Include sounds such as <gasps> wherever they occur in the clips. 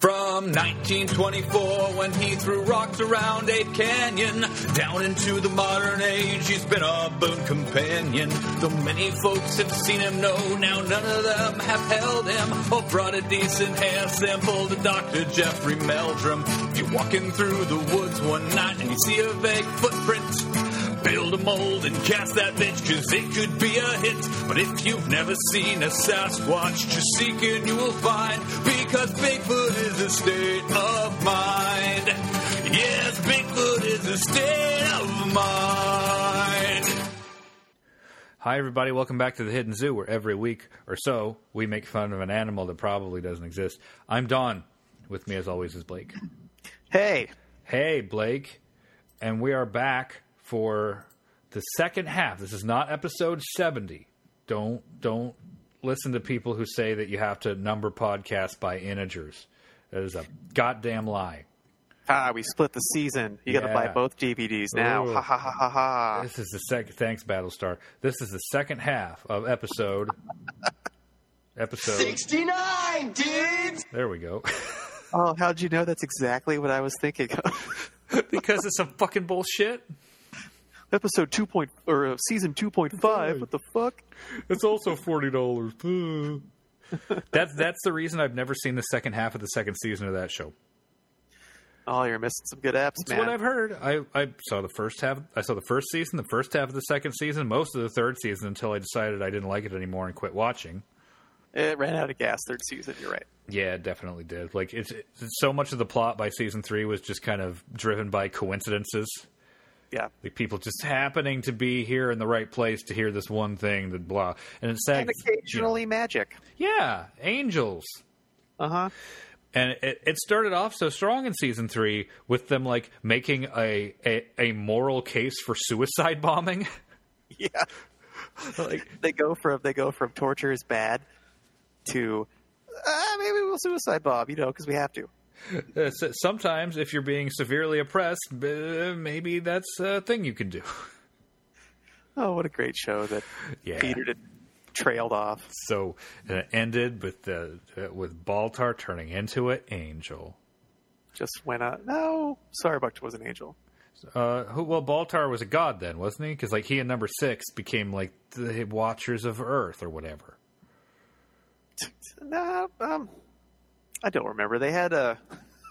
from 1924 when he threw rocks around Ape Canyon. Down into the modern age, he's been a boon companion. Though many folks have seen him, no, now none of them have held him or brought a decent hair sample to Dr. Jeffrey Meldrum. If you're walking through the woods one night and you see a vague footprint, Build a mold and cast that bitch, cause it could be a hit. But if you've never seen a Sasquatch, just seek and you will find. Because Bigfoot is a state of mind. Yes, Bigfoot is a state of mind. Hi, everybody. Welcome back to the Hidden Zoo, where every week or so we make fun of an animal that probably doesn't exist. I'm Don. With me, as always, is Blake. Hey, Hey, Blake. And we are back for the second half. This is not episode 70. Don't don't listen to people who say that you have to number podcasts by integers. That is a goddamn lie. ah, we split the season. You got to Yeah. buy both DVDs now. Ooh. Ha ha ha ha ha. This is the second thanks Battlestar. This is the second half of episode episode 69, dudes! There we go. Oh, how'd you know that's exactly what I was thinking? <laughs> because it's some fucking bullshit. Episode two point or uh, season two point five. What the fuck? It's also forty dollars. that's that's the reason I've never seen the second half of the second season of that show. Oh, you're missing some good apps, That's what man. I've heard. I, I saw the first half. I saw the first season, the first half of the second season, most of the third season until I decided I didn't like it anymore and quit watching. It ran out of gas third season. You're right. Yeah, it definitely did. Like it's, it's so much of the plot by season three was just kind of driven by coincidences, Yeah, like people just happening to be here in the right place to hear this one thing that blah. And it's sad. and occasionally magic. you know, yeah, angels. Uh huh. and it, it started off so strong in season three with them like making a a, a moral case for suicide bombing. <laughs> Yeah, like, <laughs> they go from they go from torture is bad to ah, maybe we'll suicide bomb. You know, because we have to. uh, s- sometimes if you're being severely oppressed, uh, maybe that's a thing you can do. <laughs> Oh, what a great show that Yeah. petered and trailed off. So and it ended with the uh, with Baltar turning into an angel. just went out. No, Starbucks was an angel. Uh, who, well, Baltar was a god then, wasn't he? Because like he and Number Six became like the Watchers of Earth or whatever. No, um, I don't remember. They had a.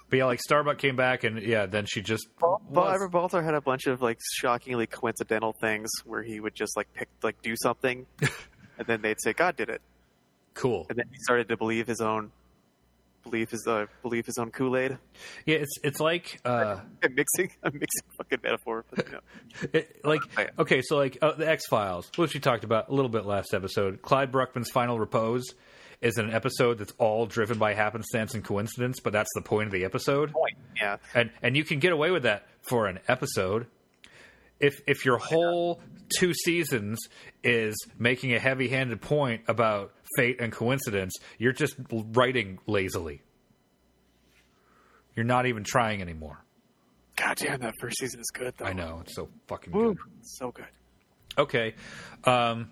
But yeah, like Starbuck came back and yeah, then she just Bal- Bal- I was- remember Baltar had a bunch of like shockingly coincidental things where he would just like pick like do <laughs> something, and then they'd say God did it, cool. and then he started to believe his own believe his uh, believe his own Kool Aid. Yeah, it's it's like uh, <laughs> I'm mixing I'm mixing fucking metaphor. But, you know. it, like Right. okay, so like uh, the X Files, which we talked about a little bit last episode. Clyde Bruckman's Final Repose is an episode that's all driven by happenstance and coincidence, but that's the point of the episode, Point. Yeah, and and you can get away with that for an episode. If, if your whole two seasons is making a heavy-handed point about fate and coincidence, you're just writing lazily. You're not even trying anymore. God damn, that first season is good though. I know it's so fucking Woo, good. so good. Okay. Um,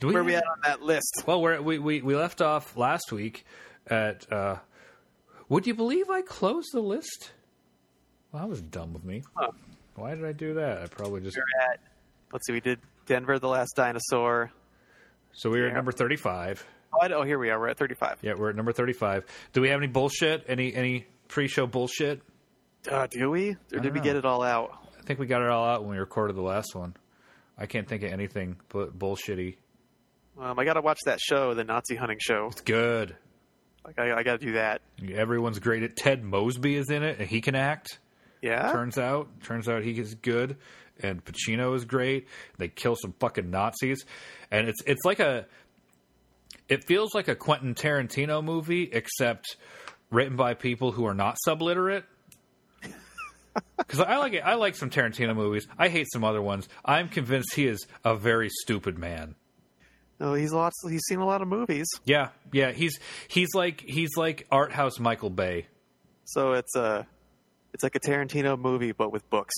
do we, Where are we at on that list? Well, we're, we, we, we left off last week at. Uh, would you believe I closed the list? Well, that was dumb of me. Why did I do that? I probably just. We're at. Let's see. We did Denver, the last dinosaur. So we were at number 35. Oh, I- oh, here we are. We're at 35. Yeah, we're at number 35. Do we have any bullshit? Any any pre show bullshit? Uh, do we? Or did we know. get it all out? I think we got it all out when we recorded the last one. I can't think of anything but bullshitty. Um, I got to watch that show, the Nazi hunting show. Good. Like, I, I got to do that. Everyone's great at Ted Mosby is in it, and he can act. <laughs> Yeah. turns out turns out he is good and Pacino is great. They kill some fucking Nazis and it's it's like a it feels like a Quentin Tarantino movie except written by people who are not subliterate. <laughs> Cuz I like it. I like some Tarantino movies. I hate some other ones. I'm convinced he is a very stupid man. Oh, he's lots. He's seen a lot of movies. Yeah. Yeah, he's he's like he's like art house Michael Bay. So it's uh, it's like a Tarantino movie, but with books.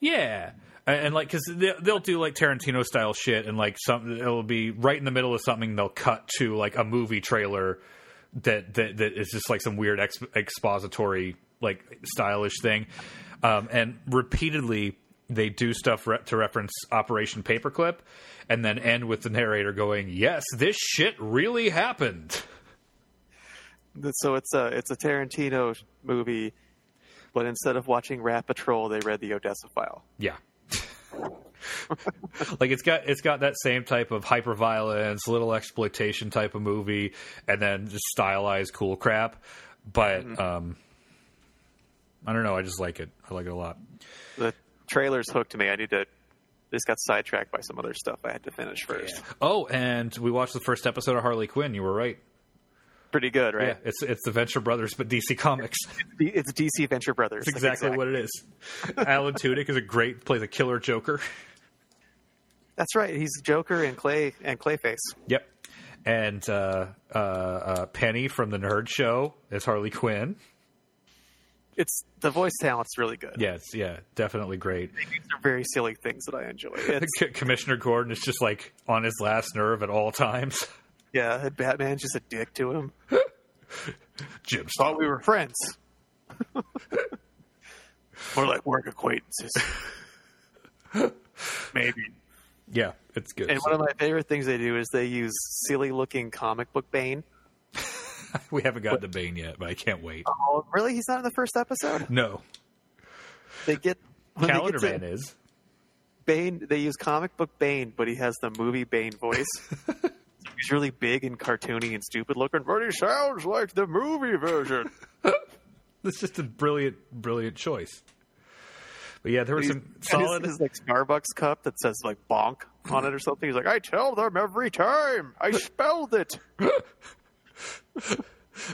Yeah. And, and like, because they'll do like Tarantino style shit, and like some it'll be right in the middle of something. They'll cut to like a movie trailer that that that is just like some weird exp- expository like stylish thing, um, and repeatedly they do stuff re- to reference Operation Paperclip, and then end with the narrator going, "Yes, this shit really happened." So it's a it's a Tarantino movie, but instead of watching Rat Patrol, they read the Odessa File. Yeah. like it's got it's got that same type of hyperviolence, little exploitation type of movie, and then just stylized cool crap. But um, I don't know. I just like it. I like it a lot. The trailers hooked me. I need to. This got sidetracked by some other stuff I had to finish first. Oh, and we watched the first episode of Harley Quinn. You were right. Pretty good, Yeah, right? it's it's the Venture Brothers, but DC Comics. D- It's DC Venture Brothers. That's exactly what it is. Alan Tudyk is a great plays a killer Joker. That's right. He's Joker and Clay and Clayface. Yep. And uh, uh, uh, Penny from the Nerd Show is Harley Quinn. It's the voice talent's really good. Yes, yeah, definitely great. These are very silly things that <laughs> I enjoy. It's, C- Commissioner Gordon is just like on his last nerve at all times. <laughs> yeah, and Batman's just a dick to him. Jim, stop. Thought we were friends. <laughs> More like work acquaintances. Maybe. Yeah, it's good. And one of my favorite things they do is they use silly looking comic book Bane. we haven't gotten to Bane yet, but I can't wait. Oh, really? He's not in the first episode? No, They get. When they Calendar get to Man is. Bane, they use comic book Bane, but he has the movie Bane <laughs> voice. He's really big and cartoony and stupid looking, but he sounds like the movie version. It's just a brilliant, brilliant choice. But yeah, there were He's- some and his- solid. his, like Starbucks cup that says like bonk on it or something. He's like, I tell them every time. I spelled it.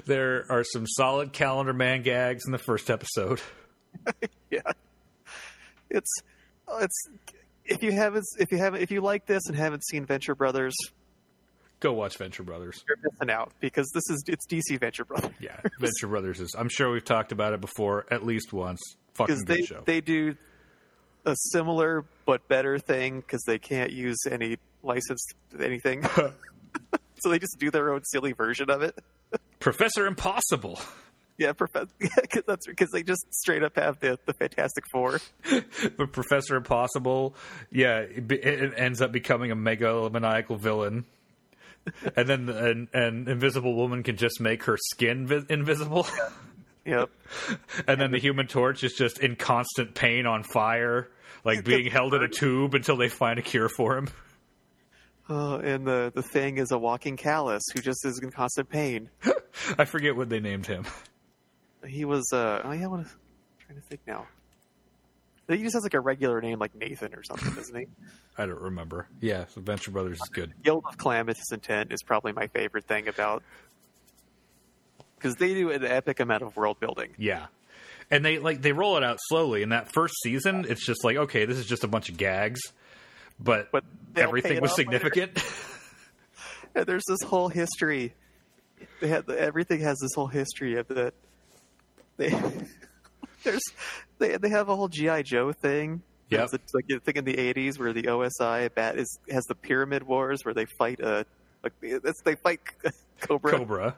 There are some solid Calendar Man gags in the first episode. <laughs> Yeah, it's uh, it's if you haven't if you haven't if you like this and haven't seen Venture Brothers, Go watch Venture Brothers. you're missing out because this is <laughs> it's DC Venture Brothers. Yeah, Venture Brothers is. I'm sure we've talked about it before at least once. because Fucking good they show. they do a similar but better thing because they can't use any licensed <laughs> anything, so they just do their own silly version of it. Professor Impossible. Yeah, <laughs> because that's because they just straight up have the the Fantastic Four. but Professor Impossible, yeah, it, be- it ends up becoming a megalomaniacal villain. and then an, an Invisible Woman can just make her skin vi- invisible. <laughs> Yep. and then the Human Torch is just in constant pain on fire, like being held in a tube until they find a cure for him. Oh, and the the thing is a walking callus who just is in constant pain. <gasps> I forget what they named him. He was uh oh yeah, what is, I'm trying to think now. He just has like a regular name like Nathan or something, doesn't he? I don't remember. Yeah, so Venture Brothers is good. Guild of Calamitous Intent is probably my favorite thing about because they do an epic amount of world building. Yeah. And they like they roll it out slowly. In that first season, it's just like, okay, this is just a bunch of gags. But, But they'll pay everything it was off significant. <laughs> And there's this whole history. They had everything has this whole history of the they <laughs> there's they they have a whole GI Joe thing. Yep. It's like a thing in the '80s where the OSI bat is has the Pyramid Wars where they fight a like it's, they fight <laughs> Cobra, Cobra.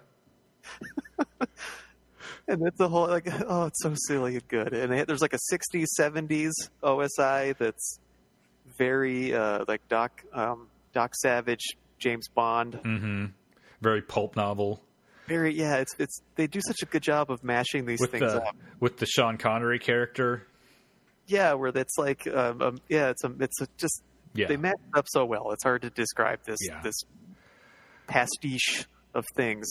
and it's a whole like oh it's so silly and good and they, there's like a 60s 70s OSI that's very uh, like Doc um, Doc Savage James Bond Very pulp novel Very yeah, it's it's they do such a good job of mashing these with things the up. with the Sean Connery character. Yeah, where that's like um, um yeah, it's a it's a just Yeah. they match it up so well. It's hard to describe this Yeah. this pastiche of things.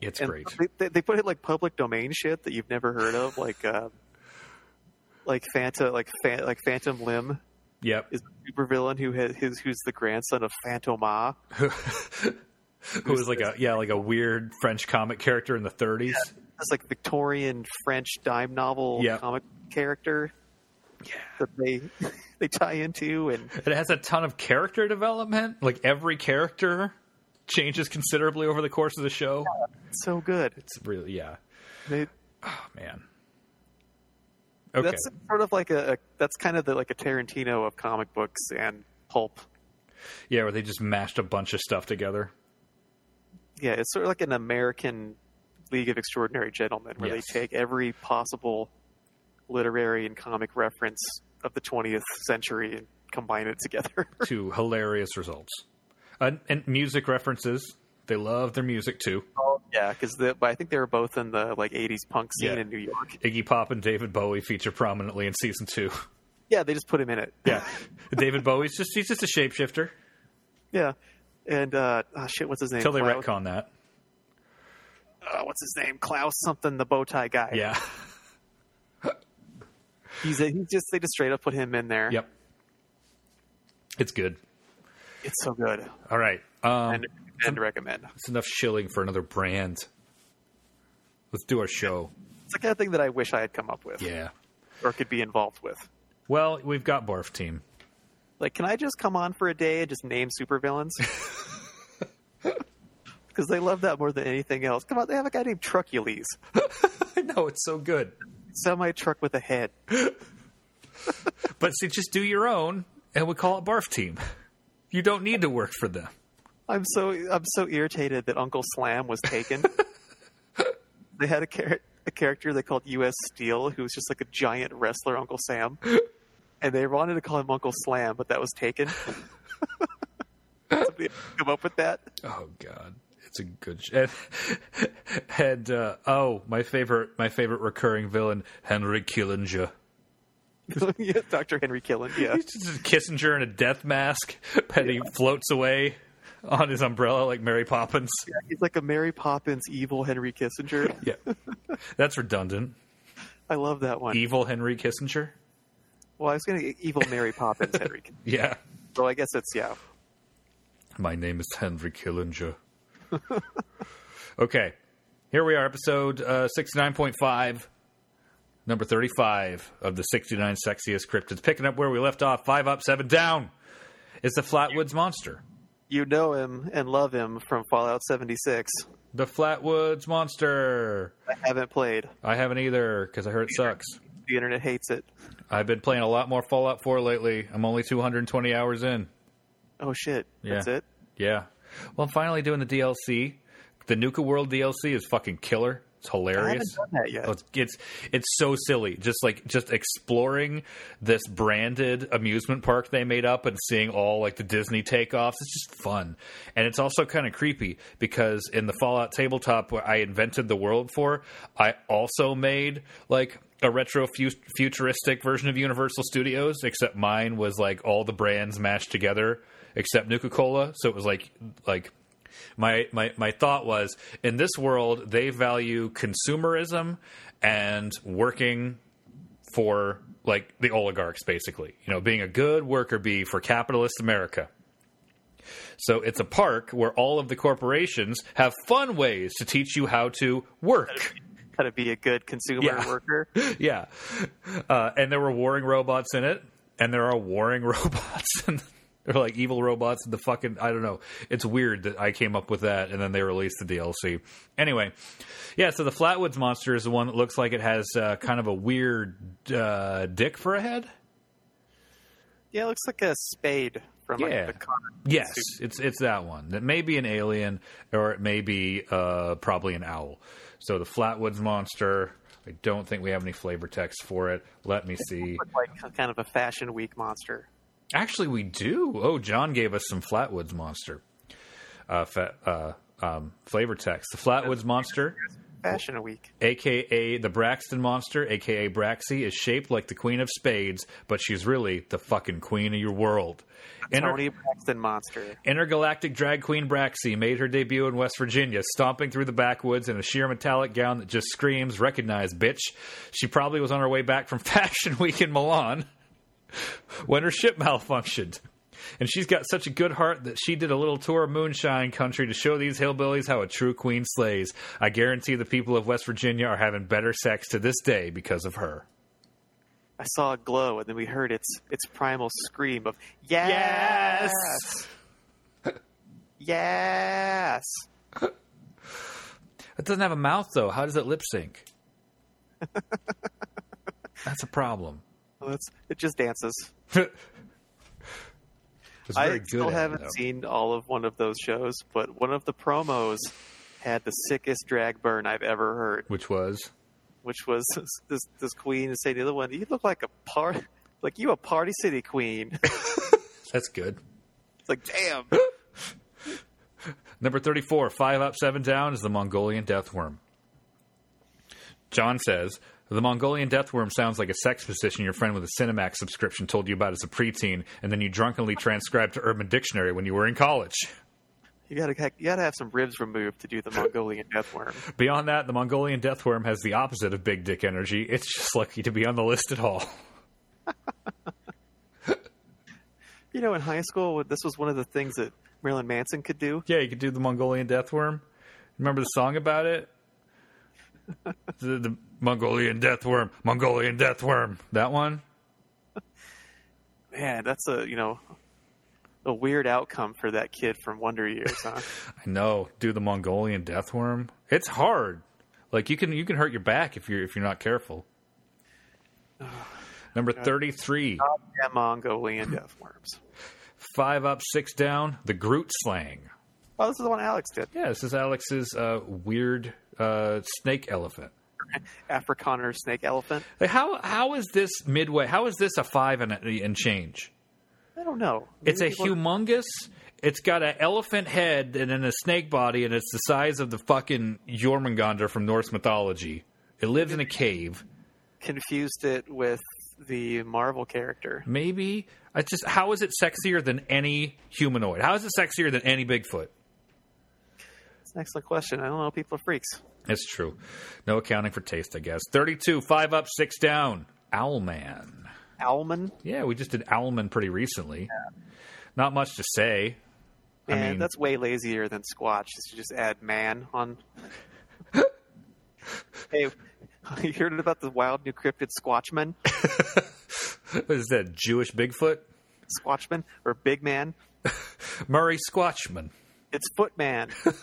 It's And great. They, they, they put it like public domain shit that you've never heard of, like uh, like Fanta like fan, like Phantom Limb Yep. is a supervillain who has his who's the grandson of Phantoma. Who was like a yeah, like a weird French comic character in the 30s. this like Victorian French dime novel Yeah. comic character that they <laughs> they tie into and And It has a ton of character development. Like every character changes considerably over the course of the show. it's so good. It's really yeah. They, Oh man. Okay. That's sort of like a, a that's kind of the, like a Tarantino of comic books and pulp. Yeah, where they just mashed a bunch of stuff together. yeah, it's sort of like an American League of Extraordinary Gentlemen, where Yes. they take every possible literary and comic reference of the 20th century and combine it together. <laughs> to hilarious results. And, and music references. They love their music too. yeah, because I think they were both in the like 80s punk scene Oh, Yeah. in New York. Iggy Pop and David Bowie feature prominently in season two. Yeah, they just put him in it. <laughs> Yeah, <laughs> David Bowie's just he's just a shapeshifter yeah. And uh, oh, shit, what's his name? until they Klaus- retcon that. uh, what's his name? Klaus something, the bow tie guy. Yeah. he's, a, he's just they just straight up put him in there. Yep. It's good. it's so good. All right. Um, and, and recommend. it's enough shilling for another brand. Let's do our show. It's the kind of thing that I wish I had come up with Yeah. or could be involved with. Well, we've got Barf Team. Like, can I just come on for a day and just name supervillains? <laughs> <laughs> Because they love that more than anything else. Come on, they have a guy named Truckules. I know it's so good, Semi truck with a head. but see, just do your own, and we call it Barf Team. You don't need to work for them. I'm so I'm so irritated that Uncle Slam was taken. they had a, char- a character they called U.S. Steel, who was just like a giant wrestler, Uncle Sam, and they wanted to call him Uncle Slam, but that was taken. Somebody come up with that. <laughs> Oh God, it's a good sh- and, <laughs> and uh, oh, my favorite, my favorite recurring villain, Henry Killinger. yeah, Dr. Henry Killen. Yeah, He's just Kissinger in a death mask, <laughs> and he floats away on his umbrella like Mary Poppins. he's like a Mary Poppins evil Henry Kissinger. Yeah, <laughs> that's redundant. I love that one. Evil Henry Kissinger. well, I was going to evil Mary Poppins Henry. Kissinger. Yeah, So I guess it's yeah. my name is Henry Killinger. <laughs> okay, here we are, episode uh, sixty nine point five. Number 35 of the 69 Sexiest Cryptids. Picking up where we left off, five up, seven down. It's the Flatwoods Monster. You know him and love him from Fallout 76. The Flatwoods Monster. I haven't played. I haven't either because I heard it sucks. The internet hates it. I've been playing a lot more Fallout 4 lately. I'm only 220 hours in. Oh shit. Yeah. That's it. Yeah. Well, I'm finally doing the DLC. The Nuka World DLC is fucking killer. It's I hilarious. haven't done that yet. Oh, it's, it's it's so silly. Just like just exploring this branded amusement park they made up and seeing all like the Disney takeoffs. It's just fun, and it's also kind of creepy because in the Fallout tabletop where I invented the world for, I also made like a retro fu- futuristic version of Universal Studios. Except mine was like all the brands mashed together, except Nuka Cola. So it was like like my, my my thought was in this world they value consumerism and working for like the oligarchs basically you know being a good worker bee for capitalist america so it's a park where all of the corporations have fun ways to teach you how to work How to be a good consumer Yeah. <laughs> worker. yeah uh, and there were warring robots in it and there are warring <laughs> robots and they're like evil robots in the fucking i don't know it's weird that i came up with that and then they released the dlc anyway yeah so the flatwoods monster is the one that looks like it has uh, kind of a weird uh, dick for a head Yeah, it looks like a spade from like, Yeah. the car. yes it's it's that one that may be an alien or it may be uh, probably an owl so the flatwoods monster i don't think we have any flavor text for it let me see Looked Like kind of a fashion week monster. Actually, we do. Oh, John gave us some Flatwoods Monster uh, fa- uh, um, flavor text. The Flatwoods Monster, Fashion week. aka the Braxton Monster, aka Braxy, is shaped like the Queen of Spades, but she's really the fucking Queen of your world. Inter- Tony Braxton monster. Intergalactic drag queen Braxy made her debut in West Virginia, stomping through the backwoods in a sheer metallic gown that just screams, recognize, bitch. She probably was on her way back from <laughs> Fashion Week in Milan when her ship malfunctioned. And she's got such a good heart that she did a little tour of moonshine country to show these hillbillies how a true queen slays. I guarantee the people of West Virginia are having better sex to this day because of her. I saw a glow, and then we heard its its primal scream of yes, Yes! yes. It doesn't have a mouth, though. How does it lip sync? That's a problem. Well, that's it. Just dances. was I very good still at it, haven't though. seen all of one of those shows, but one of the promos had the sickest drag burn I've ever heard, which was which was this this, this queen and saying to the other one, "You look like a part, <laughs> like you a party city queen." <laughs> it's that's good. like, damn. Number 34, five up, seven down, is the Mongolian death worm. John says, The Mongolian death worm sounds like a sex position your friend with a Cinemax subscription told you about as a preteen, and then you drunkenly transcribed to Urban Dictionary when you were in college. You gotta you gotta have some ribs removed to do the Mongolian death worm. Beyond that, the Mongolian death worm has the opposite of big dick energy. It's just lucky to be on the list at all. <laughs> You know, in high school, this was one of the things that Marilyn Manson could do. Yeah, you could do the Mongolian death worm. Remember the song about it? the, the Mongolian death worm, Mongolian death worm. That one? Man, that's a you know a weird outcome for that kid from Wonder Years, huh? I know. Do the Mongolian death worm. It's hard. Like you can you can hurt your back if you're if you're not careful. Number thirty three. yeah, Mongolian death worms. Five up, six down, the Groot slang. Oh, this is the one Alex did. Yeah, this is Alex's uh, weird uh, snake elephant. Afrikaner snake elephant. Like how how is this midway? How is this a five and, and change? I don't know. It's a Maybe people- humongous. It's got an elephant head and then a snake body, and it's the size of the fucking Jormungandr from Norse mythology. It lives in a cave. confused it with the Marvel character. Maybe it's just how is it sexier than any humanoid? How is it sexier than any Bigfoot? It's an excellent question. I don't know. People are freaks. It's true. No accounting for taste, I guess. Thirty-two, five up, six down. Owlman. Owlman. Yeah, we just did Owlman pretty recently. Not much to say. <laughs> Man, mean- that's way lazier than Squatch. Is to just add man on. hey, you heard about the wild new cryptid Squatchman? What is that Jewish Bigfoot? Squatchman or Big Man? Murray Squatchman. It's Footman. <laughs> that's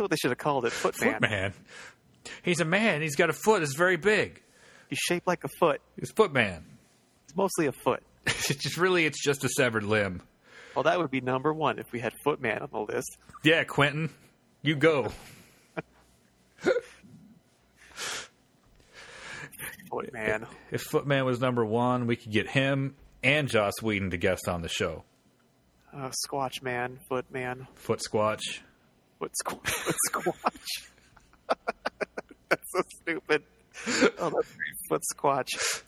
what they should have called it. Footman. Footman. He's a man. He's got a foot. It's very big. He's shaped like a foot. He's Footman. It's mostly a foot. <laughs> it's just really, it's just a severed limb. Well, that would be number one if we had Footman on the list. Yeah, Quentin, you go. Footman. If Footman was number one, we could get him and Joss Whedon to guest on the show. Uh, Squatchman. Footman. Foot Squatch. What, squ- what squatch? that's so stupid. Oh, that's great. What squatch?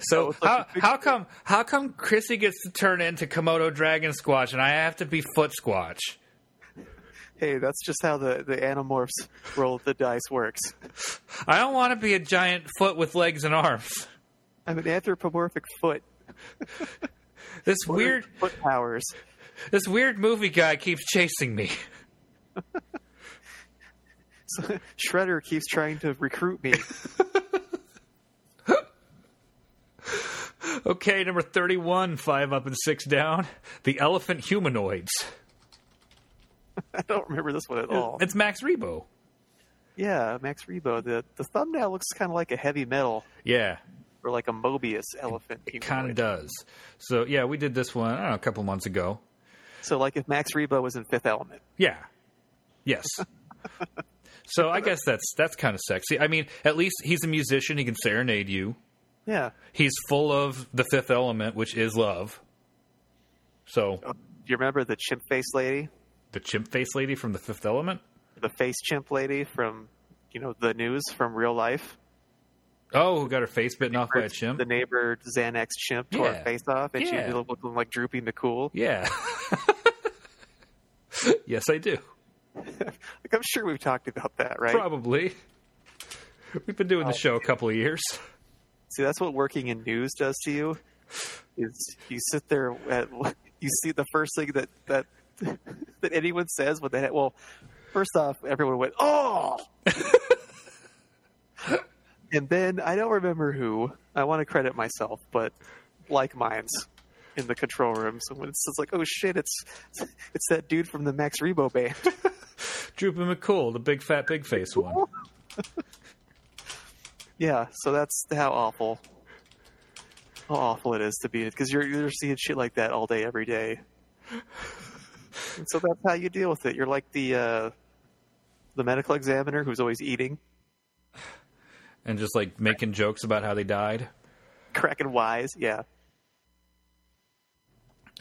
So it's like how, a big- how come how come Chrissy gets to turn into Komodo Dragon Squatch and I have to be Foot Squatch? Hey, that's just how the, the Animorphs roll the dice works. I don't want to be a giant foot with legs and arms. I'm an anthropomorphic foot. This What are weird foot powers. <laughs> this weird movie guy keeps chasing me. <laughs> So, Shredder keeps trying to recruit <laughs> me. Okay, number 31, five up and six down. The Elephant Humanoids. I don't remember this one at all. It's Max Rebo. Yeah, Max Rebo. The the thumbnail looks kind of like a heavy metal Yeah, or like a Mobius elephant. it kind of humanoid. does. So, yeah, we did this one I don't know, a couple months ago. So like if Max Rebo was in Fifth Element. Yeah. Yes. so I guess that's that's kind of sexy. I mean, at least he's a musician. He can serenade you. Yeah. He's full of the fifth element, which is love. So Do you remember the chimp face lady? the chimp face lady from the fifth element. the face chimp lady from you know the news from real life. Oh, who got her face bitten off by a chimp? The neighbor Xanax chimp tore Yeah. her face off, and Yeah. she was looking like Droopy McCool. Yeah. <laughs> yes, I do. Like I'm sure we've talked about that, right? Probably. We've been doing the show a couple of years. See, that's what working in news does to you. Is you sit there at <laughs> you see the first thing that that <laughs> that anyone says when they well, first off, everyone went oh. <laughs> And then I don't remember who. I want to credit myself, but like mines in the control room. So when it's, it's like, oh shit, it's <laughs> it's that dude from the Max Rebo band. Droopy McCool, the big fat big face one. yeah, so that's how awful, how awful it is to be because you're you're seeing shit like that all day, every day. And so that's how you deal with it. You're like the uh, the medical examiner who's always eating, <laughs> and just like making jokes about how they died. cracking wise. Yeah.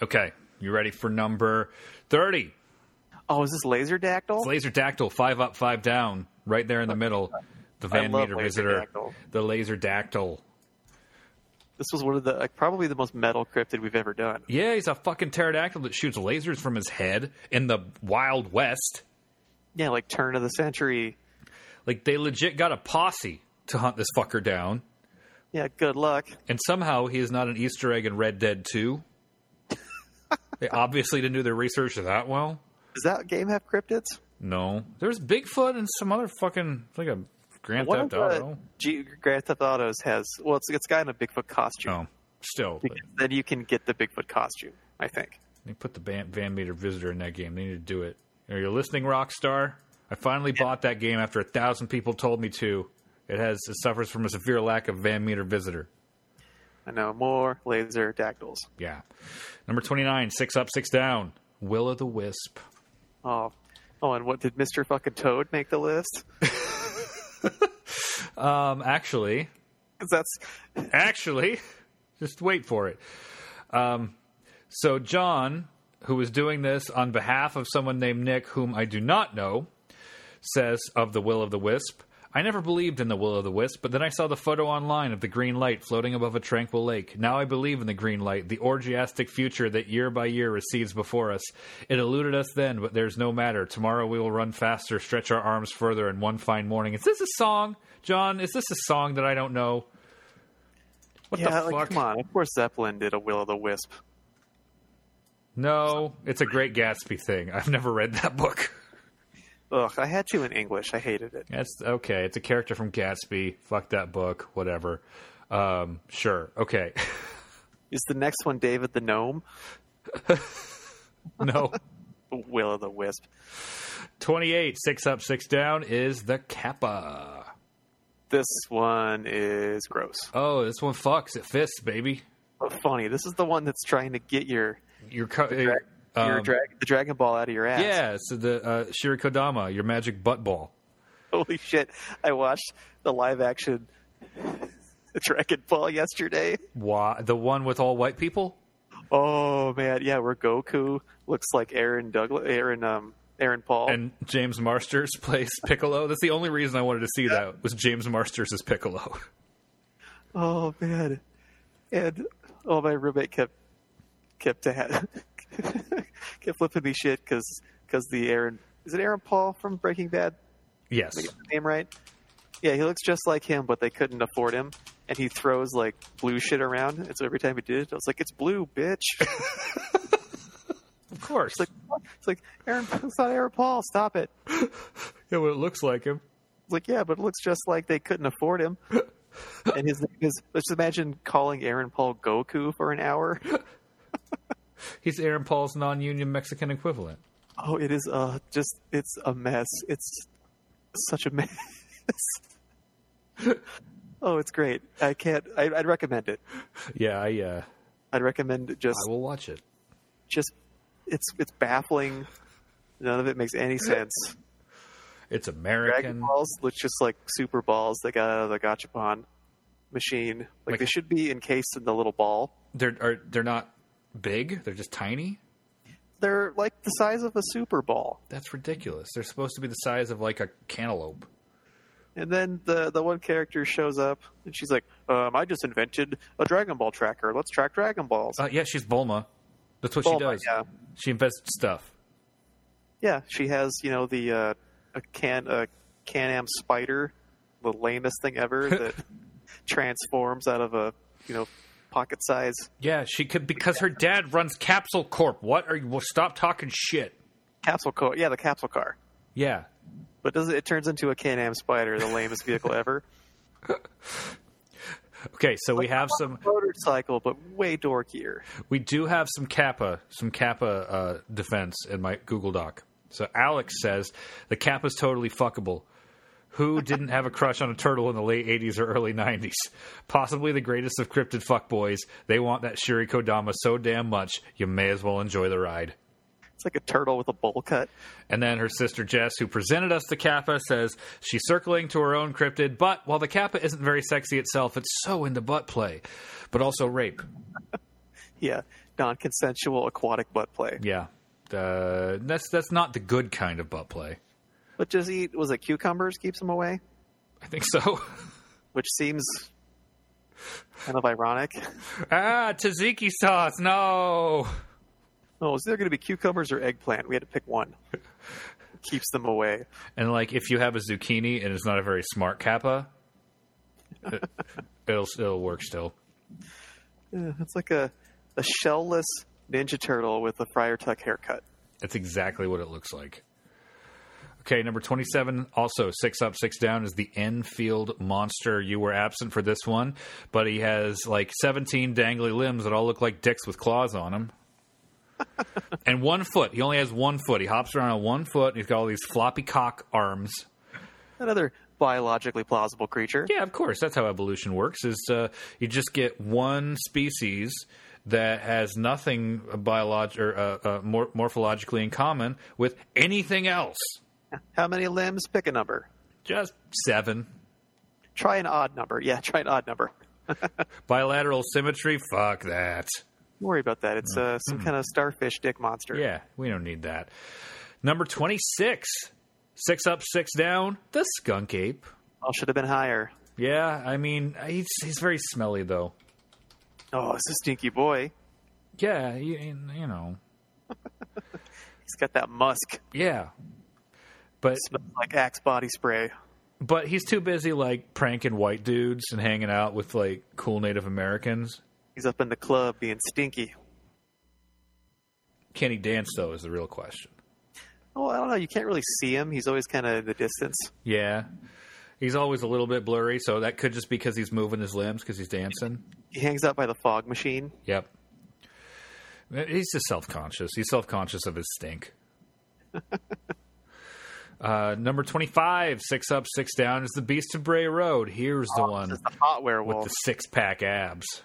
Okay, you ready for number thirty? Oh, is this laser dactyl? It's laser dactyl, five up, five down, right there in the middle. The Van love Meter laser visitor, dactyl. the laser dactyl. this was one of the like, probably the most metal cryptid we've ever done. Yeah, he's a fucking pterodactyl that shoots lasers from his head in the Wild West. Yeah, like turn of the century. Like they legit got a posse to hunt this fucker down, Yeah, good luck. and somehow he is not an Easter egg in Red Dead <laughs> Two. they obviously didn't do their research that well. Does that game have cryptids? No, there's Bigfoot and some other fucking it's like a Grand One of Theft the Auto. G- Grand Theft Autos has well, it's it's a guy in a Bigfoot costume. No, still but Because then you can get the Bigfoot costume. I think. they put the Van, Van Meter Visitor in that game. They need to do it. Are you listening, Rockstar? I finally bought that game after a thousand people told me to. It has it suffers from a severe lack of Van Meter Visitor. I know more laser dactyls. Yeah. Number 29, six up, six down. Will o' the Wisp. Oh, oh, and what did Mister Fucking Toad make the list? Um, actually, 'Cause that's actually, just wait for it. Um, so, John, who was doing this on behalf of someone named Nick, whom I do not know, says of the Will of the Wisp, I never believed in the Will of the Wisp, but then I saw the photo online of the green light floating above a tranquil lake. Now I believe in the green light, the orgiastic future that year by year recedes before us. It eluded us then, but there's no matter. Tomorrow we will run faster, stretch our arms further, and one fine morning. Is this a song, John? Is this a song that I don't know? What yeah. the Like, fuck? come on, of course Zeppelin did a Will o' the Wisp. No, it's a great Gatsby thing. I've never read that book. <laughs> Ugh, I had to in English. I hated it. That's okay. It's a character from Gatsby. Fuck that book. Whatever. Um, sure. Okay. <laughs> Is the next one David the Gnome? no. Will o' the Wisp. 28, six up, six down is the Kappa. This one is gross. Oh, this one fucks. It fists, baby. But funny. This is the one that's trying to get your Your, co- dra- uh, your um, drag- the Dragon Ball out of your ass. Yeah, so the uh, Shirikodama, your magic butt ball. Holy shit! I watched the live action <laughs> Dragon Ball yesterday. Why, the one with all white people? Oh man, yeah, where Goku looks like Aaron Douglas, Aaron um, Aaron Paul. And James Marsters plays Piccolo. That's the only reason I wanted to see that was James Marsters as Piccolo. <laughs> oh man, and oh my roommate kept kept to have, <laughs> kept flipping me shit because the Aaron is it Aaron Paul from Breaking Bad? yes. Did I get the name right? Yeah, he looks just like him, but they couldn't afford him. And he throws like blue shit around, and so every time he did it, I was like, "It's blue, bitch." <laughs> Of course. It's like what? it's like Aaron. It's not Aaron Paul. Stop it. It's yeah, well, it looks like him. like yeah, but it looks just like they couldn't afford him. And his name is. Let's just imagine calling Aaron Paul Goku for an hour. He's Aaron Paul's non union Mexican equivalent. Oh, it is uh just it's a mess. It's such a <laughs> mess. oh, it's great. I can't. I, I'd recommend it. Yeah, I, uh, I'd recommend it just I will watch it. just. It's it's baffling. None of it makes any sense. It's Dragon American. Balls look just like super balls they got out of the Gachapon machine. Like, Like- they should be encased in the little ball. They're are, they're not big. They're just tiny. They're like the size of a super ball. That's ridiculous. They're supposed to be the size of like a cantaloupe. And then the the one character shows up and she's like, um, "I just invented a Dragon Ball tracker. Let's track Dragon Balls." Uh, yeah, she's Bulma. That's what Bulma, she does. yeah. She invests stuff. yeah, she has you know the uh, a can a Can-Am spider, the lamest thing ever that transforms out of a you know pocket size. Yeah, she could because her dad runs Capsule Corp. What are you? Well, stop talking shit. capsule car. Yeah, the capsule car. Yeah, But does it, it turns into a Can-Am Spider, the lamest vehicle ever. Okay, so we have some, Motorcycle, but way dorkier. we do have some kappa, some kappa uh, defense in my Google Doc. So Alex says the kappa's totally fuckable. Who didn't have a crush on a turtle in the late '80s or early '90s? Possibly the greatest of cryptid fuckboys. They want that Shiri Kodama so damn much, you may as well enjoy the ride. It's like a turtle with a bowl cut. And then her sister Jess, who presented us the Kappa, says she's circling to her own cryptid, but while the Kappa isn't very sexy itself, it's so into butt play, but also rape. Yeah, non-consensual aquatic butt play. Yeah. Uh, that's that's not the good kind of butt play. But just eat was it cucumbers keeps them away, I think so. <laughs> which seems kind of ironic. ah, tzatziki sauce. No. Oh, is there going to be cucumbers or eggplant? We had to pick one. keeps them away. And like if you have a zucchini and it's not a very smart Kappa, it, it'll it'll work still. Yeah, it's like a a shellless ninja turtle with a Friar Tuck haircut. That's exactly what it looks like. Okay, number 27, also six up, six down, is the Enfield Monster. You were absent for this one, but he has like 17 dangly limbs that all look like dicks with claws on them. and one foot. He only has one foot. He hops around on one foot, and he's got all these floppy cock arms. Another biologically plausible creature. Yeah, of course. That's how evolution works. Is uh, you just get one species that has nothing biolog- or, uh, uh, mor- morphologically in common with anything else. How many limbs? Pick a number. Just seven. Try an odd number. Yeah, try an odd number. Bilateral symmetry. Fuck that. Don't worry about that. It's uh, some kind of starfish dick monster. Yeah, we don't need that. Number twenty-six. Six up, six down. The skunk ape. Oh, should have been higher. Yeah, I mean he's he's very smelly though. Oh, it's a stinky boy. Yeah, you, you know. He's got that musk. Yeah, but Smells like Axe body spray. but he's too busy like pranking white dudes and hanging out with like cool Native Americans. He's up in the club being stinky. Can he dance though? Is the real question. Oh, I don't know. You can't really see him. He's always kind of in the distance. Yeah, he's always a little bit blurry, so that could just be because he's moving his limbs because he's dancing. He hangs out by the fog machine. Yep. He's just self conscious. He's self conscious of his stink. uh, number 25, six up, six down, is the Beast of Bray Road. Here's the one This is the hot with werewolf. the six pack abs.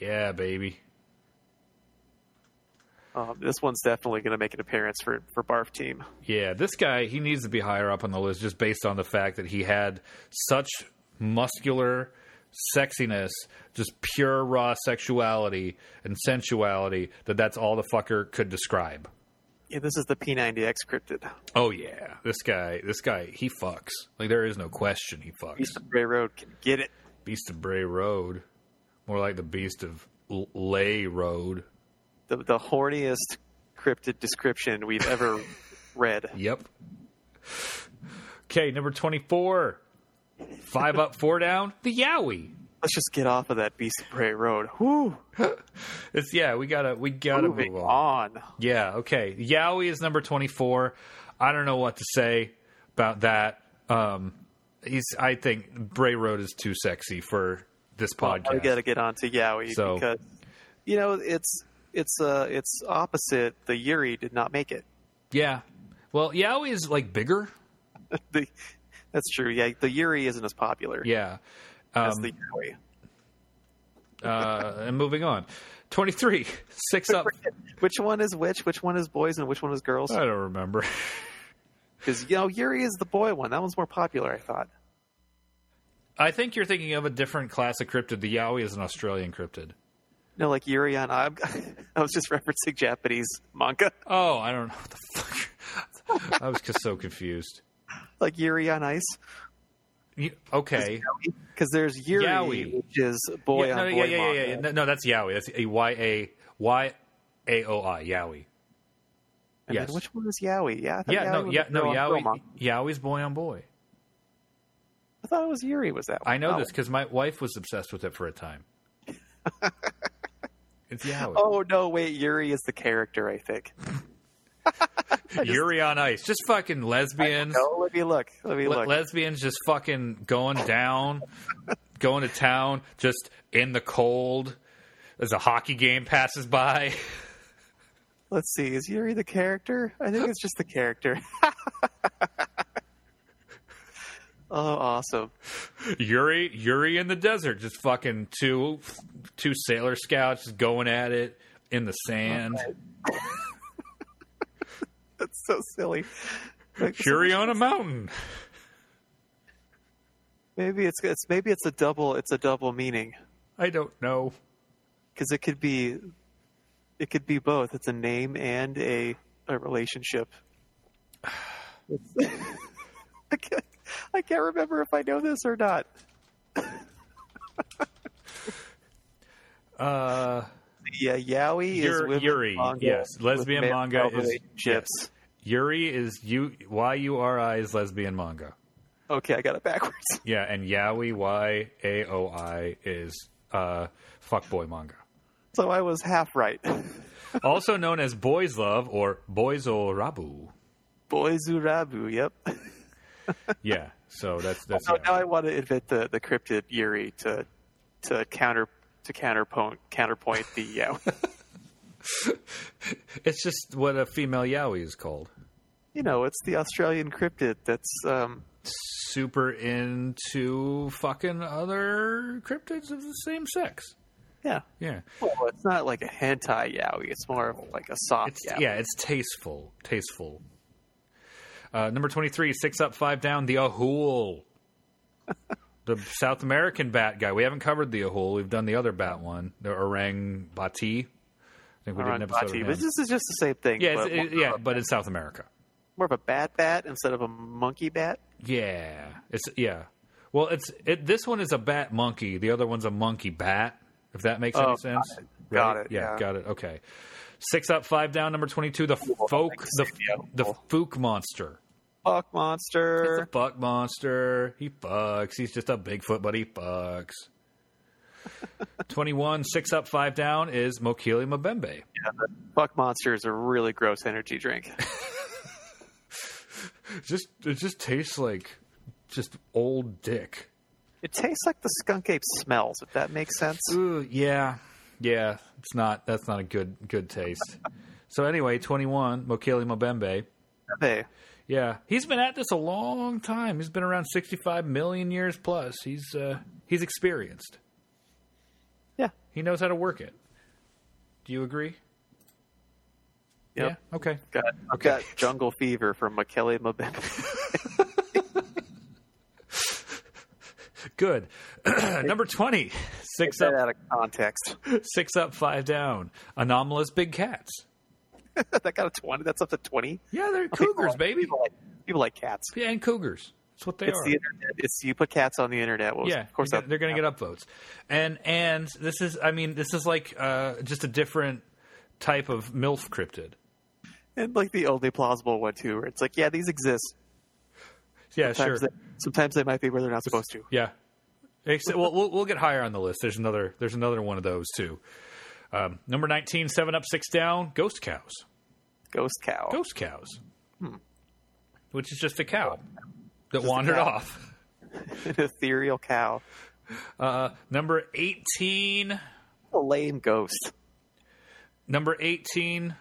Yeah, baby. Um, this one's definitely going to make an appearance for, for Barf Team. Yeah, this guy, he needs to be higher up on the list just based on the fact that he had such muscular sexiness, just pure raw sexuality and sensuality that that's all the fucker could describe. Yeah, this is the P90X cryptid. Oh yeah, this guy, this guy, he fucks. Like there is no question, he fucks. Beast of Bray Road can get it. Beast of Bray Road, more like the Beast of L- Lay Road. The, the horniest cryptid description we've <laughs> ever read. Yep. Okay, number twenty-four. Five up, four down. The Yowie. Let's just get off of that Beast of Bray Road. Whew. It's yeah. We gotta, we gotta Moving move on. on. Yeah. Okay. Yowie is number twenty-four. I don't know what to say about that. Um, he's. I think Bray Road is too sexy for this We podcast. got to get on to Yowie So- because you know it's it's uh it's opposite. The Yuri did not make it. Yeah. Well, Yowie is like bigger. The, that's true. Yeah, the Yuri isn't as popular Yeah. as Um, the Yowie. uh, and moving on. 23. Six up. <laughs> Which one is which? Which one is boys and which one is girls? I don't remember. Because you know Yuri is the boy one. That one's more popular, I thought. I think you're thinking of a different class of cryptid. The Yowie is an Australian cryptid. No, like Yuri on. <laughs> I'm, I was just referencing Japanese manga, <laughs> Oh, I don't know. <laughs> What the fuck? I was just so confused. like Yuri on Ice. You- Okay. Because there's Yuri, Yowie. which is boy Yeah, on no, yeah, boy yeah, manga. yeah, yeah. No, no, that's Yowie. That's a Y A Y A O I Yowie. And yes. then which one is Yowie? Yeah, I thought Yeah, Yowie no, was yeah, the no, girl on girl Yowie, manga. Yowie's boy on boy. I thought it was Yuri. Was that? I know one. this because my wife was obsessed with it for a <laughs> time. it's Yowie. Oh no! Wait, Yuri is the character. <laughs> I think. Yuri on Ice. Just fucking lesbians. No, let me look. Let me Le- look. lesbians just fucking going <laughs> down, going to town, just in the cold as a hockey game passes by. <laughs> Let's see. Is Yuri the character? I think it's just the character. <laughs> oh, awesome! Yuri, Yuri in the desert, just fucking two two sailor scouts just going at it in the sand. it's so silly. Like, Fury on a mountain. Maybe it's, it's maybe it's a double it's a double meaning I don't know. because it could be it could be both. It's a name and a a relationship. <sighs> It's- I can't, I can't remember if I know this or not. Uh, Yeah, yaoi is Yuri- women Yuri, manga yes. with Lesbian male manga is- relationships. Yuri is U Y U R I is lesbian manga. Okay, I got it backwards. <laughs> Yeah, and Yaoi Y A O I is uh, fuckboy manga, So I was half right. <laughs> also known as boys love or boizorabu. Boizurabu, yep. Yeah, so that's that's. So yaoi. now I want to invent the, the cryptid Yuri to to counter to counterpoint counterpoint the uh, yaoi. It's just what a female yaoi is called. <laughs> you know, it's the Australian cryptid that's um, Super into fucking other cryptids of the same sex. yeah. Yeah, Well, it's not like a hentai yaoi. It's more of like a soft It's, yaoi. yeah, it's tasteful. Tasteful. Uh, number 23, six up, five down, the Ahul. <laughs> the South American bat guy. We haven't covered the Ahul. We've done the other bat one, the Orang Bati. I think we did an episode Arunbati, of But him. this is just the same thing. Yeah, but it's, it, more, yeah, but in South America. more of a bat bat instead of a monkey bat. Yeah. It's yeah. Well, it's it, this one is a bat monkey. The other one's a monkey bat. If that makes Oh, any got sense. it. Got it, yeah. Got it. Okay. Six up, five down. Number twenty-two. The folk. The yeah. the fook monster. Fuck It's a monster. fuck monster. He fucks. He's just a Bigfoot, but he fucks. <laughs> 21, six up, five down is Mokili Mbembe. Fuck monster is a really gross energy <laughs> drink. Just It just tastes like just old dick. it tastes like the skunk ape smells. If that makes sense. Ooh, yeah. Yeah, it's not, that's not a good, good taste. so anyway, 21, Mokili Mbembe. Hey, Yeah, he's been at this a long time. He's been around 65 million years plus. He's, uh, he's experienced. yeah. He knows how to work it. Do you agree? Yep. Yeah. Okay. Got, I've Okay. got jungle fever from Makele <laughs> Mbembe. Good. <clears throat> Number 20. Six Set up, out of context. <laughs> six up, five down. Anomalous big cats. that got a twenty. That's up to twenty. Yeah, they're cougars, like- baby. People like, people like cats. Yeah, and cougars. That's what they It's are. the internet. It's you put cats on the internet. Well, yeah, of course they're, that- going to get upvotes. And and this is, I mean, this is like uh, just a different type of MILF cryptid. And like the only plausible one too, where it's like, yeah, these exist. Yeah, Sometimes, sure. they, sometimes they might be where they're not supposed to. Yeah. Except, well, we'll we'll get higher on the list. There's another there's another one of those too. Um, number 19, seven up, six down. Ghost cows. Ghost cow. Ghost cows, which is just a cow that Hmm. a wandered cow. off. An <laughs> ethereal cow. Uh, number 18 A lame ghost. number 18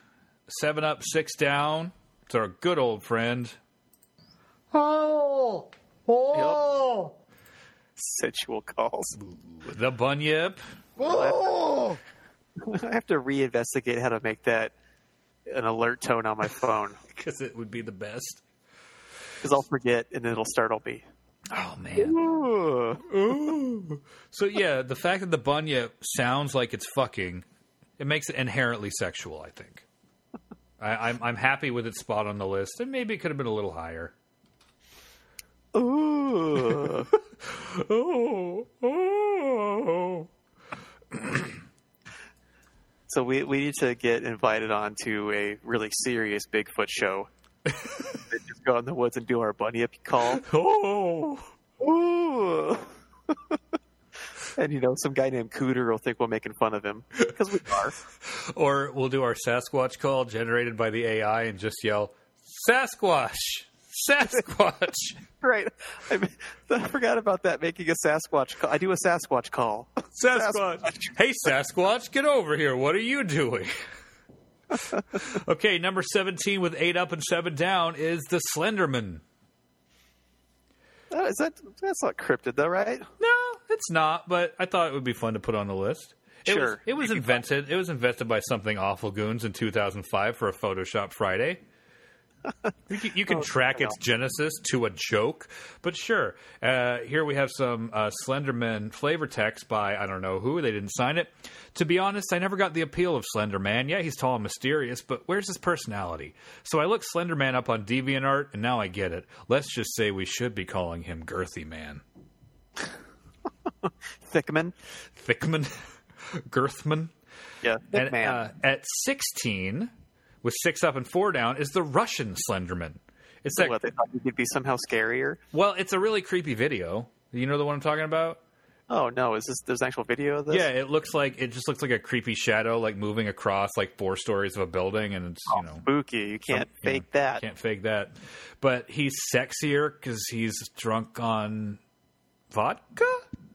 seven up six down it's our good old friend Oh, oh, Sensual calls. <laughs> the bunyip oh. I have to reinvestigate how to make that an alert tone on my phone because it would be the best because I'll forget and it'll startle me. oh man Ooh. so yeah the fact that the bunyip sounds like it's fucking it makes it inherently sexual i think I, I'm, I'm happy with its spot on the list and maybe it could have been a little higher Ooh. oh oh so we we need to get invited on to a really serious Bigfoot <laughs> show. And just go out in the woods and do our bunny up call. oh Ooh. and you know, some guy named Cooter will think we're making fun of him because we are. Or we'll do our Sasquatch call generated by the AI and just yell, Sasquatch! Sasquatch! right. I, mean, <laughs> I forgot about that. Making a Sasquatch call. I do a Sasquatch call. <laughs> Sasquatch! Hey, Sasquatch, get over here. What are you doing? <laughs> okay, number 17 with eight up and seven down is the Slenderman. Oh, Is that that's not cryptid though, right? No, it's not, but I thought it would be fun to put on the list. It was, Sure. it was invented. It was invented by something awful goons in 2005 for a Photoshop Friday. You, you can track its genesis to a joke, but sure. Uh, here we have some uh, Slenderman flavor text by I don't know who. They didn't sign it. To be honest, I never got the appeal of Slenderman. Yeah, he's tall and mysterious, but where's his personality? So I looked Slenderman up on DeviantArt, and now I get it. Let's just say we should be calling him Girthy Man, Thickman. Thickman, <laughs> Girthman. Yeah, And, Thickman. uh, at 16, with six up and four down, is the Russian Slenderman. It's that what, they thought he could be somehow scarier. Well, it's a really creepy video. You know the one I'm talking about? Oh no, is this there's an actual video of this? Yeah, it looks like it just looks like a creepy shadow like moving across like four stories of a building and it's, you know, Spooky. You can't you know, fake Oh, that. can't fake that. But he's sexier cuz he's drunk on vodka?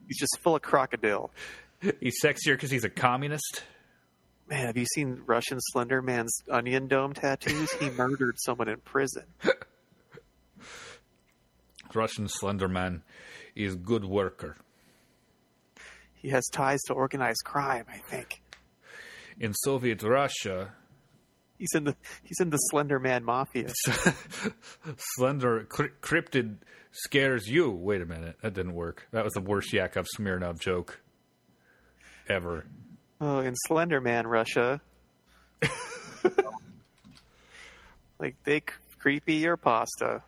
He's just full of crocodile. He's sexier cuz he's a communist. Man, have you seen Russian Slender Man's onion dome tattoos? <laughs> He murdered someone in prison. Russian Slenderman is good worker. He has ties to organized crime, I think. In Soviet Russia, He's in the he's in the Slender <laughs> Man Mafia. Slender cr- cryptid scares you. Wait a minute, that didn't work. That was the worst Yakov Smirnov joke ever. Oh, in Slender <laughs> Man Russia. like they c- creepy your pasta.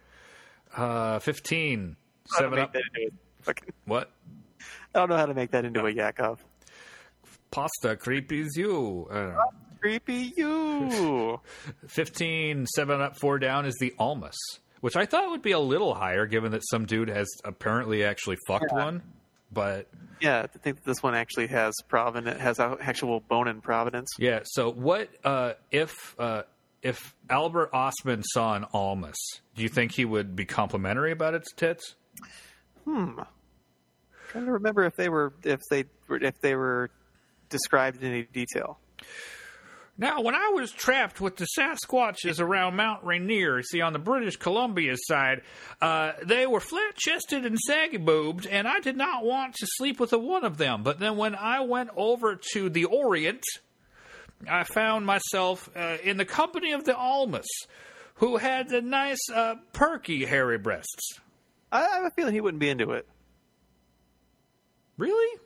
Uh, Fifteen. I don't, Seven make up. that into a fucking- What? I don't know how to make that into a Yakov. Pasta creepies you. Uh, I don't know. Creepy <laughs> you. Fifteen. Seven up. Four down is the Almas, which I thought would be a little higher, given that some dude has apparently actually fucked one. But yeah, I think this one actually has provenance has a- actual bone in provenance. Yeah. So what uh, if uh, if Albert Osman saw an almas? Do you think he would be complimentary about its tits? trying to remember if they were if they were if they were described in any detail. Now, when I was trapped with the Sasquatches around Mount Rainier, see, on the British Columbia side, uh, they were flat chested and saggy boobed, and I did not want to sleep with a one of them. But then when I went over to the Orient, I found myself uh, in the company of the Almas, who had the nice, uh, perky, hairy breasts. I I have a feeling he wouldn't be into it. Really?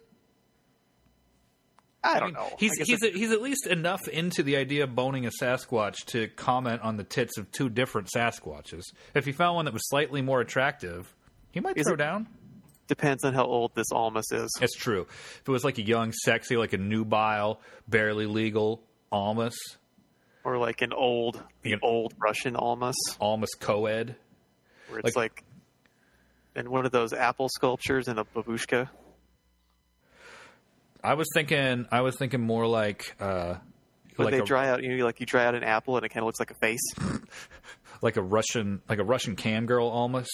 Oh, I don't know. Mm-hmm. He's I guess he's a, he's at least enough into the idea of boning a Sasquatch to comment on the tits of two different Sasquatches. If he found one that was slightly more attractive, he might Is throw it- down. it depends on how old this Almas is. That's true. If it was like a young, sexy, like a nubile, barely legal almas, Or like an old the You- old Russian Almas almas coed. where it's like, in one of those apple sculptures in a babushka. I was thinking, I was thinking more like, uh, When like they a, dry out you know, like you dry out an apple and it kinda looks like a <laughs> face. like a Russian, like a Russian cam girl almas.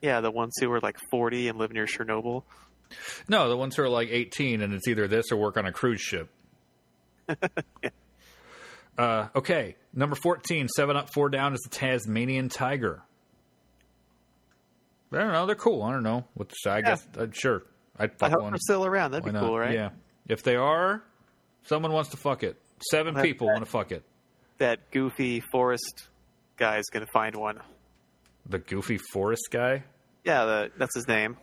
yeah, the ones who were like forty and live near Chernobyl. No, the ones who are like 18 and it's either this or work on a cruise <laughs> ship. uh, okay, number 14, seven up, four down is the Tasmanian tiger. I don't know. They're cool. I don't know. What the, I guess. Uh, sure, I'd I fuck hope one. they're still around. That'd Why be not? cool, right? Yeah. If they are, someone wants to fuck it. Seven That's people right. want to fuck it. That goofy forest guy's gonna find one. The goofy forest guy. Yeah, the, that's his name.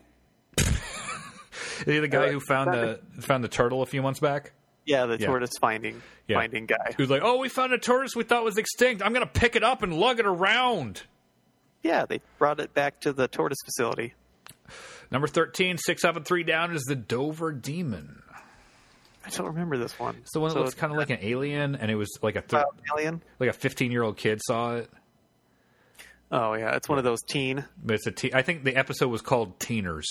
Is he the guy who found the found the turtle a few months back? Yeah, the Yeah. tortoise finding Yeah. finding guy. Who's like, oh, we found a tortoise we thought was extinct. I'm gonna pick it up and lug it around. Yeah, they brought it back to the tortoise facility. Number 13, six up and three down is the Dover Demon. I don't remember this one. It's the one that So Um, looks kind of like an alien, and it was like a it's thir- about an alien. like a 15 year old kid saw it. Oh yeah, it's one of those teen But it's a teen. I think the episode was called Teeners.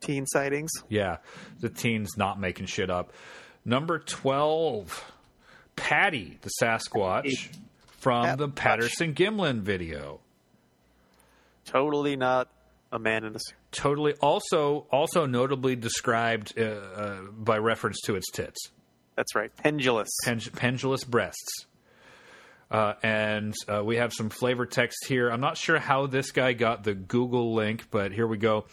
teen sightings. Yeah, the teens not making shit up. Number 12, Patty the Sasquatch from Pat- the Patterson Gimlin video. Totally not a man in a suit. Totally, also also notably described uh, uh, by reference to its tits. That's right, pendulous. Pen- pendulous breasts. Uh, and uh, we have some flavor text here. I'm not sure how this guy got the Google link, but here we go.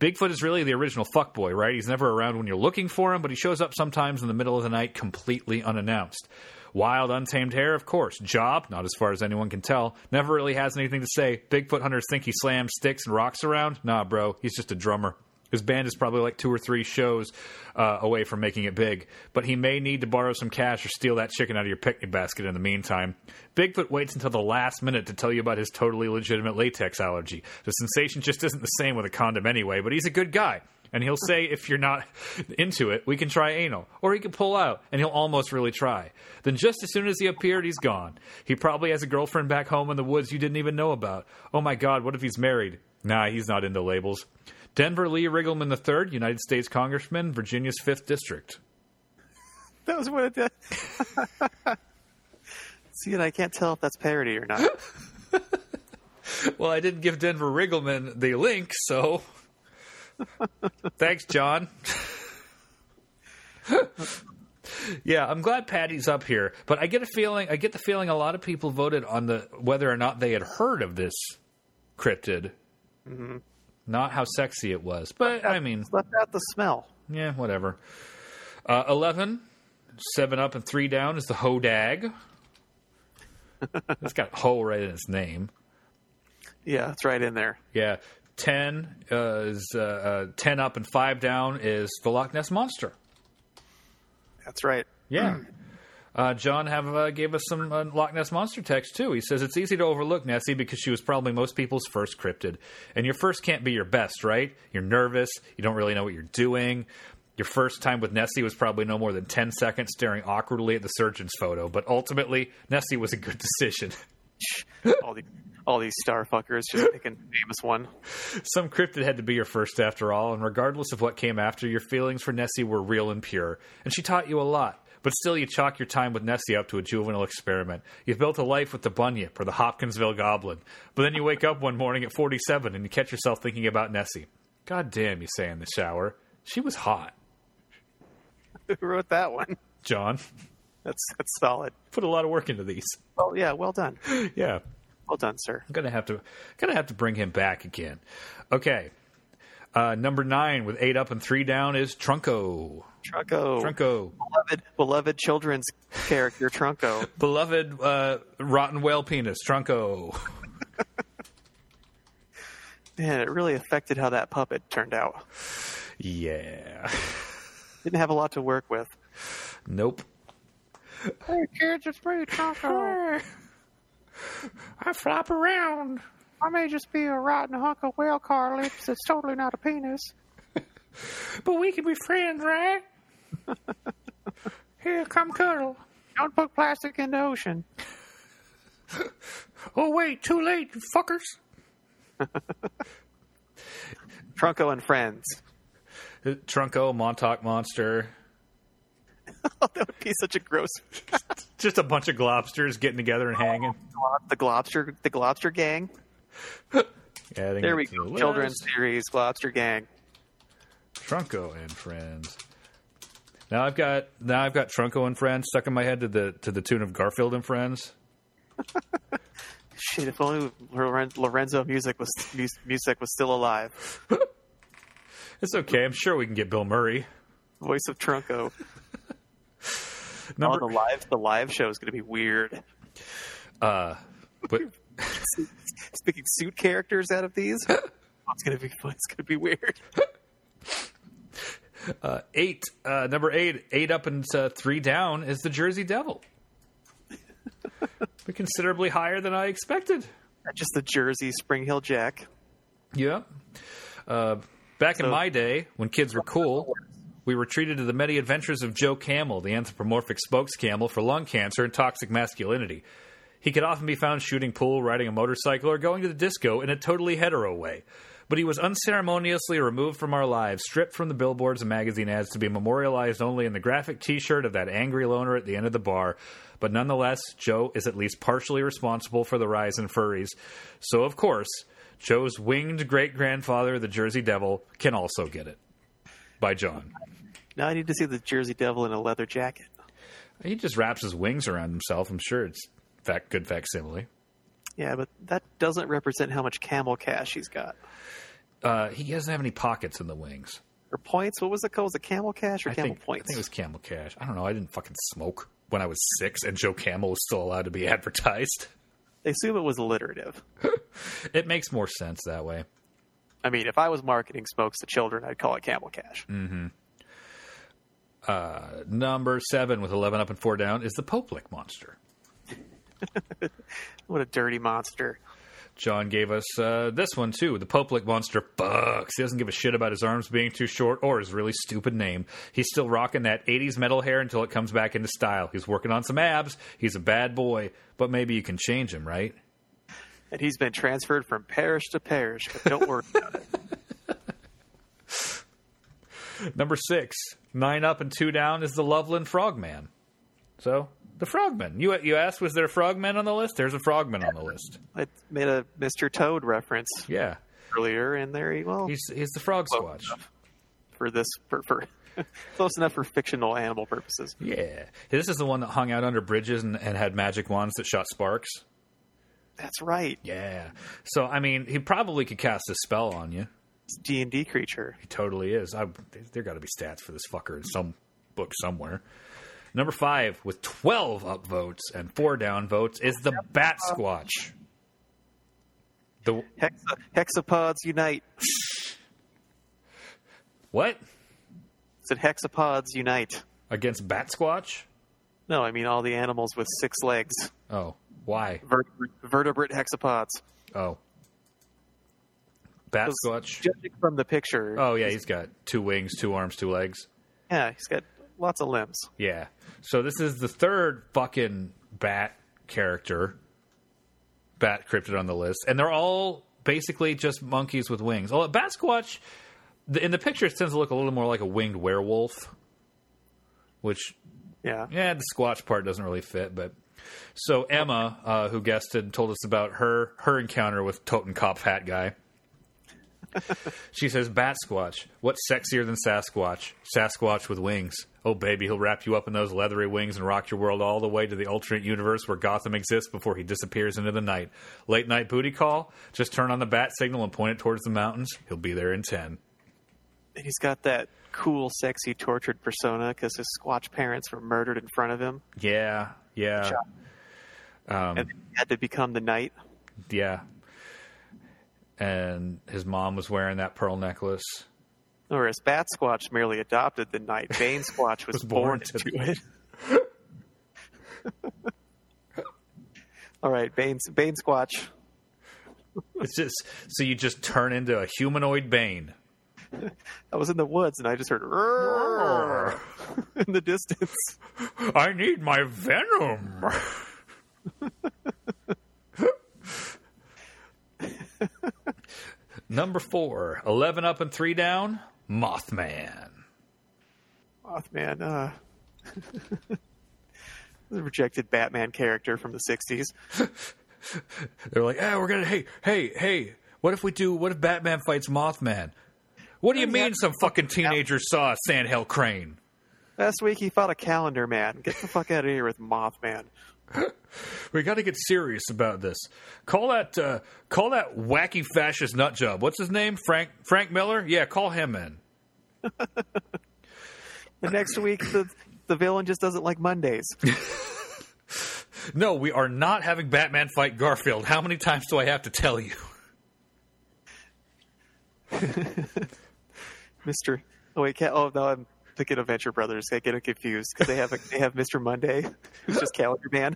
Bigfoot is really the original fuckboy, right? He's never around when you're looking for him, but he shows up sometimes in the middle of the night completely unannounced. Wild, untamed hair, of course. Job, not as far as anyone can tell. Never really has anything to say. Bigfoot hunters think he slams sticks and rocks around. Nah, bro, he's just a drummer. His band is probably like two or three shows uh, away from making it big, but he may need to borrow some cash or steal that chicken out of your picnic basket in the meantime. Bigfoot waits until the last minute to tell you about his totally legitimate latex allergy. The sensation just isn't the same with a condom anyway, but he's a good guy. And he'll say, if you're not into it, we can try anal. Or he can pull out, and he'll almost really try. Then, just as soon as he appeared, he's gone. He probably has a girlfriend back home in the woods you didn't even know about. Oh my god, what if he's married? Nah, he's not into labels. Denver Lee Riggleman III, United States Congressman, Virginia's 5th District. That was what it did. <laughs> See, and I can't tell if that's parody <gasps> or not. Well, I didn't give Denver Riggleman the link, so. Thanks, John. yeah, I'm glad Patty's up here, but I get a feeling I get the feeling a lot of people voted on the whether or not they had heard of this cryptid. Not how sexy it was, but I mean, Left out the smell. yeah, whatever. Uh, 11, 7 up and 3 down is the Hodag. It's got Ho right in its name. Yeah, it's right in there. Yeah. 10 uh, is uh, uh, 10 up and 5 down is the Loch Ness Monster. That's right. Mm. Yeah. Uh, John have uh, gave us some uh, Loch Ness monster text too. He says it's easy to overlook Nessie because she was probably most people's first cryptid, and your first can't be your best, right? You're nervous, you don't really know what you're doing. Your first time with Nessie was probably no more than ten seconds staring awkwardly at the surgeon's photo, but ultimately Nessie was a good decision. <laughs> all the all these star fuckers just picking the famous one. <laughs> Some cryptid had to be your first after all, and regardless of what came after, your feelings for Nessie were real and pure, and she taught you a lot. But still, you chalk your time with Nessie up to a juvenile experiment. You've built a life with the bunyip or the Hopkinsville goblin, but then you wake up one morning at 47 and you catch yourself thinking about Nessie. God damn, you say in the shower. She was hot. Who wrote that one? John, <laughs> That's that's solid. put a lot of work into these. <laughs> Well, yeah, well done, Yeah. well done, sir. I'm gonna have to gonna have to bring him back again. Okay. Uh, number nine with eight up and three down is Trunco. Trunco, Trunco. beloved, beloved children's character Trunco. beloved uh, rotten whale penis, Trunco. Man, it really affected how that puppet turned out. Yeah. Didn't have a lot to work with. Nope. Hey kids, it's me, Trunco. I flop around. I may just be a rotten hunk of whale cartilage that's totally not a penis. But we can be friends, right? Here, come cuddle. Don't put plastic in the ocean. Oh, wait, too late, you fuckers. Trunco and friends. <laughs> Trunco, Uh, Montauk Monster. Oh, that would be such a gross. Just a bunch of globsters getting together and hanging. The Globster, the Globster gang. Adding There it we to the go. list. Children's series, Globster Gang. Trunco and friends. Now I've got now I've got Trunco and friends stuck in my head to the to the tune of Garfield and friends. Shit, if only Loren- Lorenzo music was mu- music was still alive. It's okay. I'm sure we can get Bill Murray. Voice of Trunco. Number Oh, the live the live show is going to be weird. but Speaking suit characters out <laughs> of these, oh, it's going to be fun. It's going to be weird. eight, uh, number eight, eight up and uh, three down is the Jersey Devil. but considerably higher than I expected. Just the Jersey Spring Hill Jack. Yeah. Uh, back in So- my day, when kids were cool, we were treated to the many adventures of Joe Camel, the anthropomorphic spokes camel for lung cancer and toxic masculinity. He could often be found shooting pool, riding a motorcycle, or going to the disco in a totally hetero way. But he was unceremoniously removed from our lives, stripped from the billboards and magazine ads to be memorialized only in the graphic t shirt of that angry loner at the end of the bar. But nonetheless, Joe is at least partially responsible for the rise in furries. So, of course, Joe's winged great grandfather, the Jersey Devil, can also get it. By John. Now I need to see the Jersey Devil in a leather jacket. He just wraps his wings around himself. I'm sure it's fact, good facsimile. Yeah, but that doesn't represent how much camel cash he's got. Uh, he doesn't have any pockets in the wings. Or points? What was it called? Was it camel cash or I camel think, points? I think it was Camel Cash. I don't know. I didn't fucking smoke when I was six, and Joe Camel was still allowed to be <laughs> advertised. they assume it was alliterative. It makes more sense that way. I mean, if I was marketing smokes to children, I'd call it camel cash. Mm. Number seven, with 11 up and four down, is the Popelick monster. What a dirty monster. John gave us uh, this one too. The Popelick monster fucks. He doesn't give a shit about his arms being too short or his really stupid name. He's still rocking that 80s metal hair until it comes back into style. He's working on some abs. He's a bad boy, but maybe you can change him, right? And he's been transferred from parish to parish, but <laughs> don't worry about it. Number six, nine up and two down is the Loveland Frogman. So the Frogman. You you asked, was there a Frogman on the list? There's a Frogman on the list. I made a Mr. Toad reference Yeah, earlier, and there he, well, he's he's the Frog Squatch. for this, for, for <laughs> close enough for fictional animal purposes. Yeah, this is the one that hung out under bridges and, and had magic wands that shot sparks. That's right. Yeah. So I mean, he probably could cast a spell on you. It's D&D creature. He totally is. I, there got to be stats for this fucker in some book somewhere. Number five, with twelve upvotes and four downvotes, is the Bat Squatch. The Hexa, hexapods unite. what It said hexapods unite. against Bat Squatch? No, I mean all the animals with six legs. Oh, why? Vertebrate, vertebrate hexapods. Oh, Bat 'Cause Squatch. Judging from the picture, Oh yeah, he's got two wings, two arms, two legs. yeah, he's got lots of limbs. Yeah. So this is the third fucking bat character, bat cryptid on the list, and they're all basically just monkeys with wings. Although bat squatch, the, in the picture, it tends to look a little more like a winged werewolf, which Yeah, yeah, the squatch part doesn't really fit. But so Emma, uh, who guested, and told us about her her encounter with Totenkopf Hat Guy. she says, "Bat Squatch. What's sexier than Sasquatch? Sasquatch with wings. Oh baby, he'll wrap you up in those leathery wings and rock your world all the way to the alternate universe where Gotham exists before he disappears into the night. Late night booty call. Just turn on the bat signal and point it towards the mountains. He'll be there in ten. and he's got that cool, sexy, tortured persona because his Squatch parents were murdered in front of him, Yeah, yeah." and then he had to become the knight. Yeah. And his mom was wearing that pearl necklace. Whereas Bat Squatch merely adopted the knight, Bane Squatch <laughs> was, born, into it. All right, Bane, Bane Squatch. <laughs> It's just so you just turn into a humanoid Bane. I was in the woods and I just heard "Roar" <laughs> in the distance. I need my venom. <laughs> Number four, 11 up and three down, Mothman. Mothman, uh, <laughs> the rejected Batman character from the '60s. They're like, ah, we're gonna, hey, hey, hey, what if we do, what if Batman fights Mothman? What do you mean some fucking teenager saw a sandhill crane? Last week he fought a calendar man. Get the fuck out of here with Mothman. We got to get serious about this. Call that uh, call that wacky fascist nut job. What's his name? Frank Frank Miller. Yeah, call him in. The next week the the villain just doesn't like <laughs> Mondays. No, we are not having Batman fight Garfield. How many times do I have to tell you? <laughs> Mister, oh wait, ca oh no, I'm thinking of Venture Brothers. I get it confused because they have a, they have Mister Monday, who's just calendar man.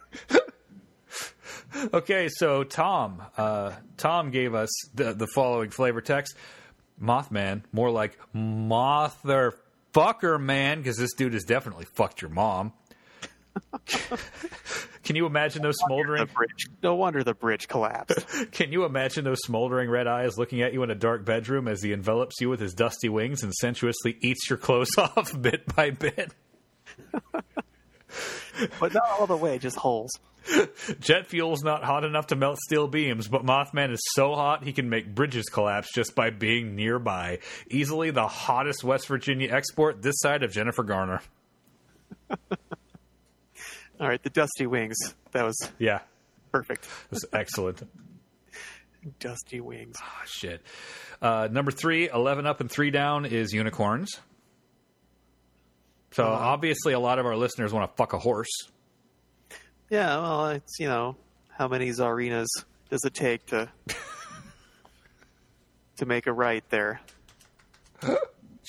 Okay, so Tom uh, Tom gave us the, the following flavor text: Mothman, more like motherfucker man, because this dude has definitely fucked your mom. <laughs> Can you imagine those The smoldering bridge. No wonder the bridge collapsed. Can you imagine those smoldering red eyes looking at you in a dark bedroom as he envelops you with his dusty wings and sensuously eats your clothes <laughs> off bit by bit? But not all the way, just holes. Jet fuel's not hot enough to melt steel beams, but Mothman is so hot he can make bridges collapse just by being nearby. Easily the hottest West Virginia export this side of Jennifer Garner. All right, the dusty wings. That was Yeah. Perfect. That's excellent. Dusty wings. Ah, shit. Uh, number three, 11 up and three down is unicorns. So obviously, a lot of our listeners want to fuck a horse. Yeah, well, it's, you know, how many Tsarinas does it take to <laughs> to make a right there?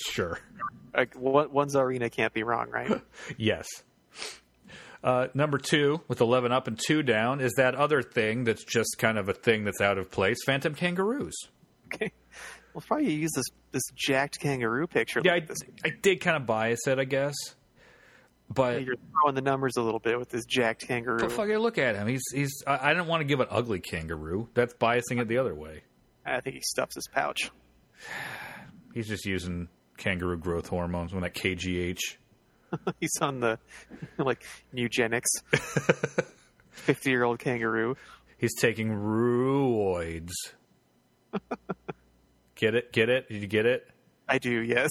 Sure. Like, one, one Tsarina can't be wrong, <laughs> right? Yes. Uh, number two, with 11 up and two down, is that other thing that's just kind of a thing that's out of place Phantom kangaroos. okay. Well, probably use this this jacked kangaroo picture. Yeah, like I, this. I did kind of bias it, I guess. But You're throwing the numbers a little bit with this jacked kangaroo. but fucking look at him. He's he's. I, I didn't want to give an ugly kangaroo. That's biasing it the other way. I think he stuffs his pouch. <laughs> He's just using kangaroo growth hormones when that KGH. He's on the <laughs> like <laughs> eugenics. Fifty year old kangaroo. He's taking ruoids. get it? Get it? Did you get it? I do, yes.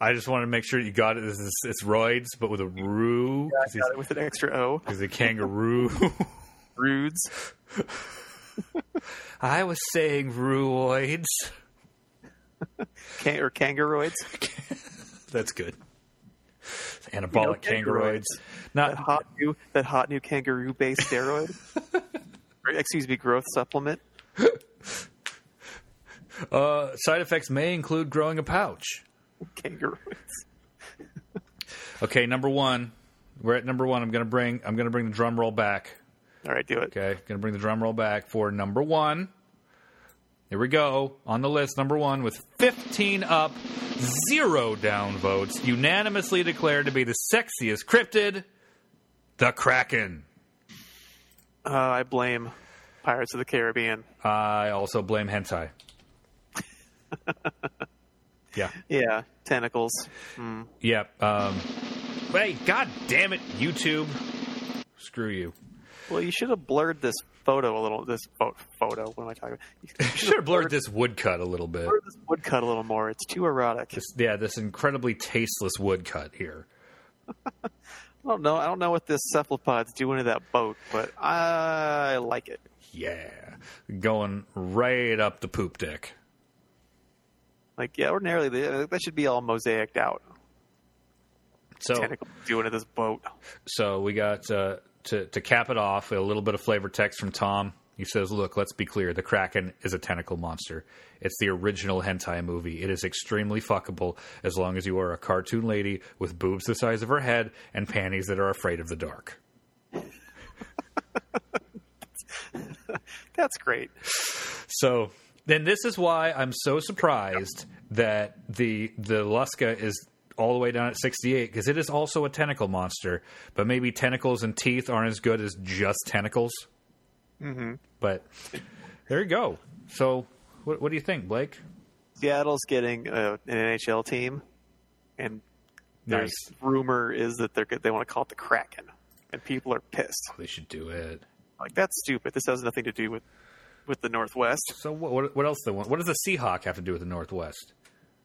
I just wanted to make sure you got it. This is, it's roids, but with a roo I <laughs> got it with an extra O. because a kangaroo. <laughs> Rudes. I was saying ruoids. Can- or kangaroids. That's good. Anabolic You know, kangaroids. kangaroids. Uh-huh. That Not hot new that hot new kangaroo based <laughs> steroid. or, excuse me, growth supplement. uh, side effects may include growing a pouch. <laughs> Kangaroids. Okay, number one. We're at number one. I'm gonna bring. I'm gonna bring the drum roll back. Alright, do it. Okay, gonna bring the drum roll back for number one. Here we go on the list. Number one with 15 up, zero down votes, unanimously declared to be the sexiest cryptid, the Kraken. Uh, I blame Pirates of the Caribbean. I also blame hentai. yeah, Yeah. Tentacles. yeah. Um, hey, god damn it, YouTube! Screw you. Well, you should have blurred this photo a little. This pho- photo. What am I talking about? <laughs> You Should have blurred this woodcut a little bit. blurred this woodcut a little more. It's too erotic. This, yeah, this incredibly tasteless woodcut here. I don't know. I don't know what this cephalopod's doing to that boat, but I like it. Yeah. Going right up the poop dick. Like, yeah, ordinarily they- that should be all mosaiced out. So Tentacles doing to this boat. so we got uh, to to cap it off a little bit of flavor text from Tom. He says, "Look, let's be clear. The Kraken is a tentacle monster. It's the original hentai movie. It is extremely fuckable as long as you are a cartoon lady with boobs the size of her head and panties that are afraid of the dark." That's great. So then this is why I'm so surprised that the the Luska is all the way down at 68 because it is also a tentacle monster, but maybe tentacles and teeth aren't as good as just tentacles. Mm-hmm. But there you go. So what, what do you think, Blake? Seattle's getting uh, an NHL team, and there's rumor is that they're good. they want to call it the Kraken, and people are pissed. They should do it. Like that's stupid. This has nothing to do with with the Northwest. So what? What, what else? They want? What does the Seahawk have to do with the Northwest?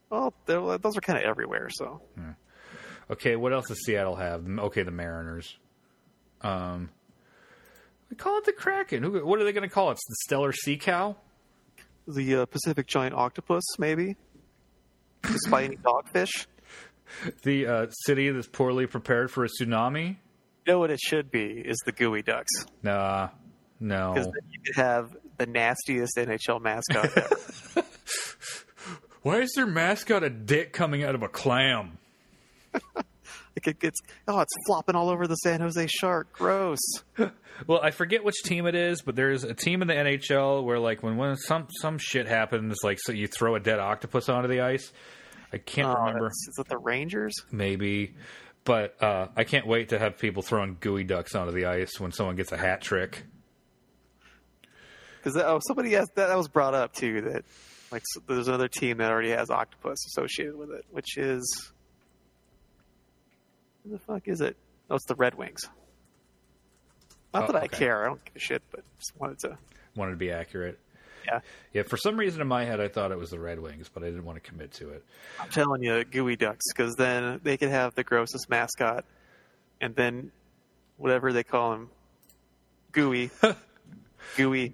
Well, they're- those are kind of everywhere. So Okay, what else does Seattle have? Okay, the Mariners. Um, we call it the Kraken. Who, what are they going to call it? The Stellar Sea Cow? the uh, Pacific giant octopus, maybe, despite <laughs> any dogfish. the uh, city that's poorly prepared for a tsunami? You know what it should be is the Gooey Ducks, Nah, no. because then you could have the nastiest NHL mascot. ever. Why is their mascot a dick coming out of a clam? like <laughs> it gets oh, it's flopping all over the San Jose Shark. Gross. Well, I forget which team it is, but there's a team in the NHL where, like, when, when some some shit happens, like, so you throw a dead octopus onto the ice. I can't Oh, remember, that's- is it the Rangers? maybe, but uh, I can't wait to have people throwing gooey ducks onto the ice when someone gets a hat trick. Because oh, somebody asked that, that was brought up too. That like s there's another team that already has octopus associated with it, which is who the fuck is it? Oh, it's the Red Wings. Not Oh, that I okay. care. I don't give a shit, but just wanted to. Wanted to be accurate. Yeah, Yeah, for some reason in my head, I thought it was the Red Wings, but I didn't want to commit to it. I'm telling you, Gooey Ducks, because then they could have the grossest mascot, and then whatever they call him, Gooey. <laughs> Gooey.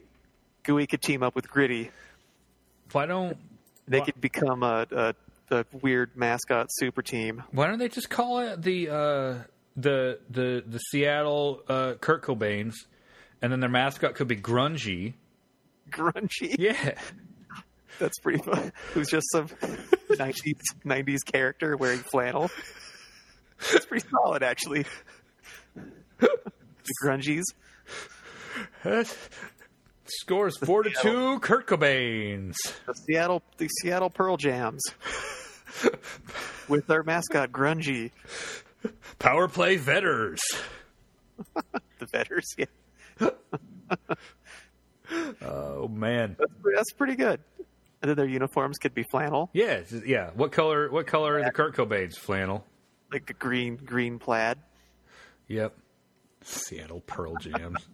Gooey could team up with Gritty. Why don't They Wha- could become a, a, a weird mascot super team. <laughs> Why don't they just call it the uh, the the the Seattle uh, Kurt Cobain's, and then their mascot could be Grungy. Grungy. Yeah, That's pretty fun. Who's just some <laughs> 90s, 90s character wearing flannel. That's pretty solid, actually. The Grungies. scores four to two. Kurt Cobain's. The Seattle, the Seattle Pearl Jams. With their mascot, Grungy. Power play vetters. The Vetters. Yeah. Oh man, That's pretty good. And then their uniforms could be flannel, yeah, it's just- yeah. What color? What color are the Kurt Cobain's flannel? like a green, green plaid. Yep. Seattle Pearl Jams.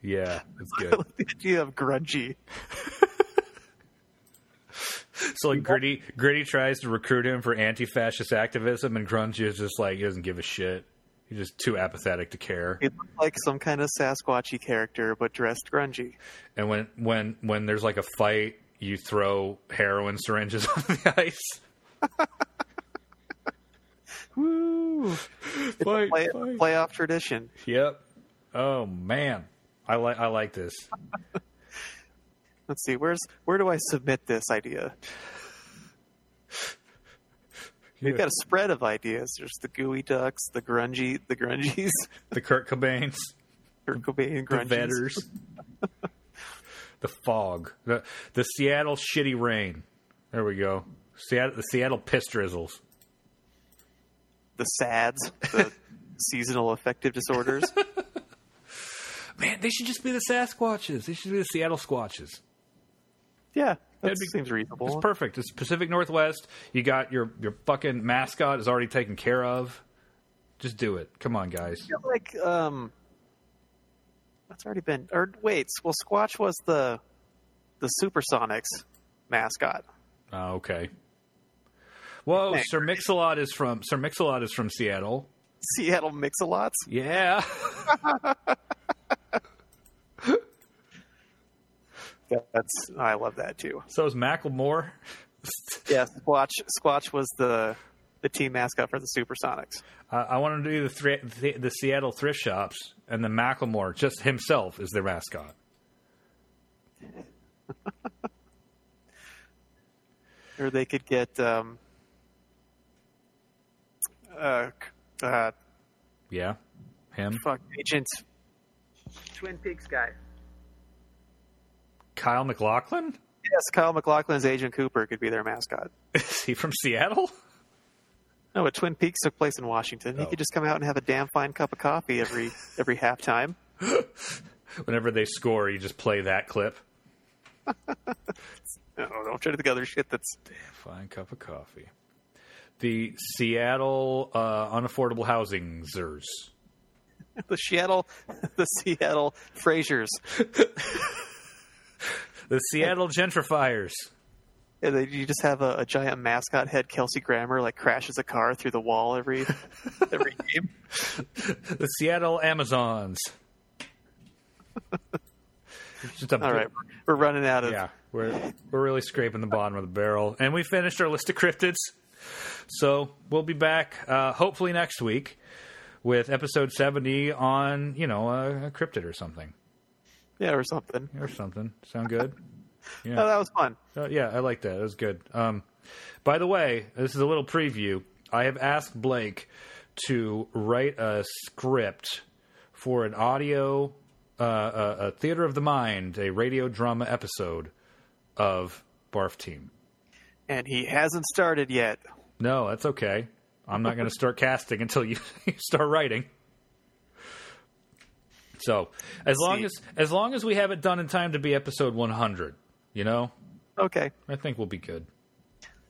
yeah, that's good. <laughs> the idea of grungy. So like gritty, gritty tries to recruit him for anti-fascist activism, and Grunge is just like he doesn't give a shit. He's just too apathetic to care. It looked like some kind of Sasquatchy character, but dressed grungy. And when when when there's like a fight, you throw heroin syringes <laughs> on the ice. Woo! Fight, Play, fight. playoff tradition. Yep. Oh man, I like I like this. Let's see, where's where do I submit this idea? They've got a spread of ideas. There's the gooey ducks, the grungy, the grungies, <laughs> The Kurt Cobains, Kurt Cobain the grungies, Vetters, <laughs> the Fog, the the Seattle Shitty Rain. There we go. Seattle, the Seattle Piss Drizzles. the SADS, <laughs> the seasonal affective disorders. Man, they should just be the Sasquatches. They should be the Seattle Squatches. Yeah, that That'd be- seems It's reasonable. perfect. It's Pacific Northwest. You got your your fucking mascot is already taken care of. Just do it. Come on, guys. feel like um, that's already been. Or wait, well, Squatch was the the Supersonics mascot. <laughs> Oh, okay. Whoa, Thanks. Sir Mix-a-Lot is from Sir Mix-a-Lot is from Seattle. Seattle Mix-a-Lots. Yeah. <laughs> That's I love that too. so is Macklemore. Yeah, Squatch Squatch was the the team mascot for the Supersonics. I, I want to do the, thri- the the Seattle thrift shops, and then Macklemore just himself is their mascot. Or they could get um, uh, c- uh, Yeah, him. fuck Agent Twin Peaks guy. Kyle McLaughlin. <laughs> Yes, Kyle McLaughlin's Agent Cooper could be their mascot. Is he from Seattle? <laughs> No, but Twin Peaks took place in Washington. He Oh. could just come out and have a damn fine cup of coffee every every halftime. Whenever they score, you just play that clip. No, Oh, don't try to think of other shit that's Fine cup of coffee. The Seattle uh, unaffordable housing zers. the Seattle, <laughs> the Seattle Frasers. The Seattle gentrifiers. And they, you just have a, a giant mascot head, Kelsey Grammer, like crashes a car through the wall every every game. The Seattle <laughs> Amazons. It's Just a All right, we're running out of. Yeah, we're we're really scraping the bottom of the barrel, and we finished our list of cryptids. So we'll be back uh, hopefully next week with episode seventy on you know a, a cryptid or something Yeah, or something. or something. Sound good? Oh, that was fun. Uh, yeah, I like that. That was good. Um, by the way, this is a little preview. I have asked Blake to write a script for an audio, uh, a, a theater of the mind, a radio drama episode of Barf Team. And he hasn't started yet. No, that's okay. I'm not going to start casting until you, <laughs> you start writing. So, as long see. as as long as we have it done in time to be episode 100, you know, Okay, I think we'll be good.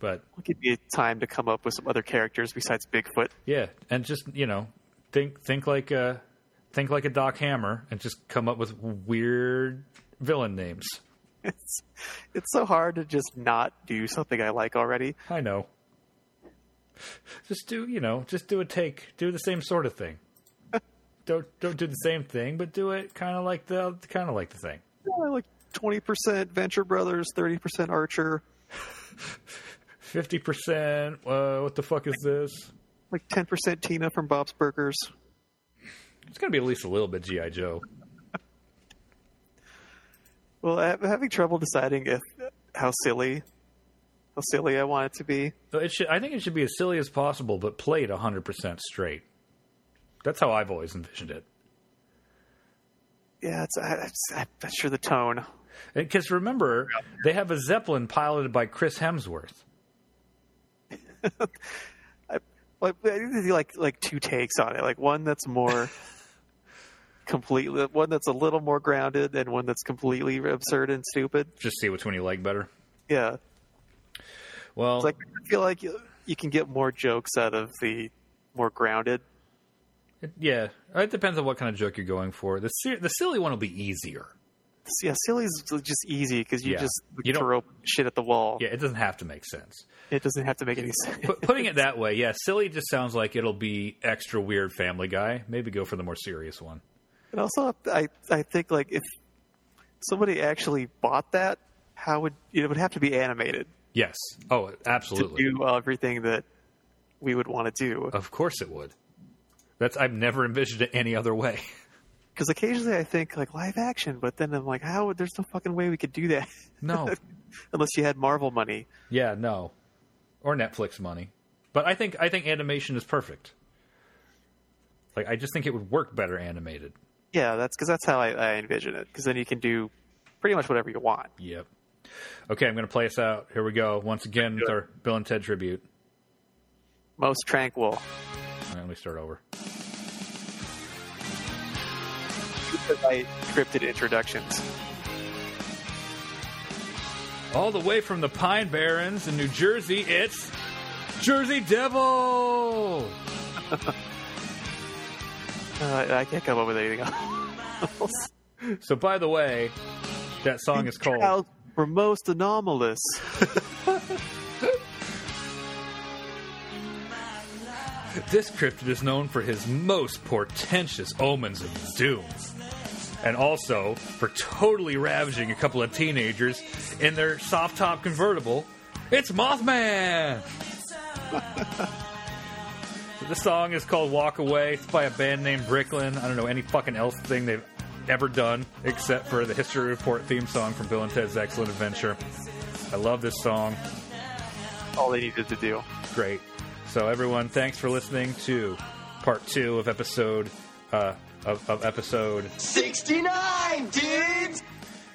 But we'll give you time to come up with some other characters besides Bigfoot. <laughs> Yeah, and just you know, think think like a think like a Doc Hammer, and just come up with weird villain names. It's it's so hard to just not do something I like already. I know. <laughs> Just do you know, just do a take, do the same sort of thing. don't don't do the same thing, but do it kind of like the kind of like the thing. Yeah, like twenty percent Venture Brothers, thirty percent Archer, Fifty percent. Uh, what the fuck is this? like ten percent Tina from Bob's Burgers. It's gonna be at least a little bit GI Joe. Well, I'm having trouble deciding if how silly, how silly I want it to be. So it should. I think it should be as silly as possible, but played hundred percent straight. That's how I've always envisioned it. Yeah, it's, I, it's, I'm not sure the tone. Because remember, they have a Zeppelin piloted by Chris Hemsworth. Like, I need to do like like two takes on it. Like one that's <laughs> more completely, one that's a little more grounded, and one that's completely absurd and stupid. Just see which one you like better. Yeah, Well, it's like I feel like you, you can get more jokes out of the more grounded. yeah, uh, it depends on what kind of joke you're going for. The ser- the silly one will be easier. Yeah, silly is just easy because you Yeah. just You don't- throw shit at the wall. Yeah, it doesn't have to make sense. It doesn't have to make any <laughs> sense. But putting it that way, yeah, silly just sounds like it'll be extra weird Family Guy. Maybe go for the more serious one. And also, I I think like if somebody actually bought that, how would it would have to be animated Yes. Oh, to absolutely. Uh, do everything that we would want to do? Of course it would. That's I've never envisioned it any other <laughs> way. Because occasionally I think like live action, but then I'm like, how? would- There's no fucking way we could do that <laughs> No. unless you had Marvel money. yeah, no. Or Netflix money. But I think I think animation is perfect. Like I just think it would work better animated. Yeah, that's because that's how I, I envision it. Because then you can do pretty much whatever you want. Yep. Okay, I'm going to play us out. Here we go. Once again with our Bill and Ted tribute. Most tranquil. All right, let me start over. Because I scripted introductions. All the way from the Pine Barrens in New Jersey, it's Jersey Devil. Uh, I can't come up with anything else. So, by the way, that song is called. Trials Were most anomalous. This cryptid is known for his most portentous omens of doom, and also for totally ravaging a couple of teenagers in their soft top convertible. It's Mothman. <laughs> So this song is called "Walk Away." It's by a band named Bricklin. I don't know any fucking else thing they've ever done except for the History Report theme song from Bill and Ted's Excellent Adventure. I love this song All they needed to do. great. So everyone, thanks for listening to part two of episode uh, of, of episode 69 dudes!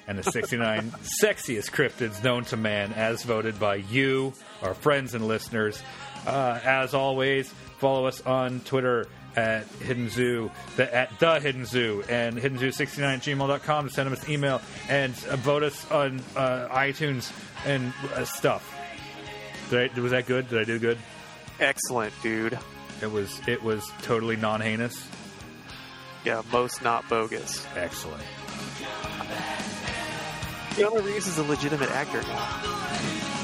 and the 69 sexiest cryptids known to man, as voted by you, our friends and listeners. Uh, as always, follow us on Twitter at Hidden Zoo, the, at the Hidden Zoo, and HiddenZoo69 at gmail.com to send us an email and uh, vote us on uh, iTunes and uh, stuff. Did I, was that good? Did I do good? Excellent, dude. It was it was totally non heinous. Yeah, most not bogus. Excellent. Keanu Reeves is a legitimate actor now.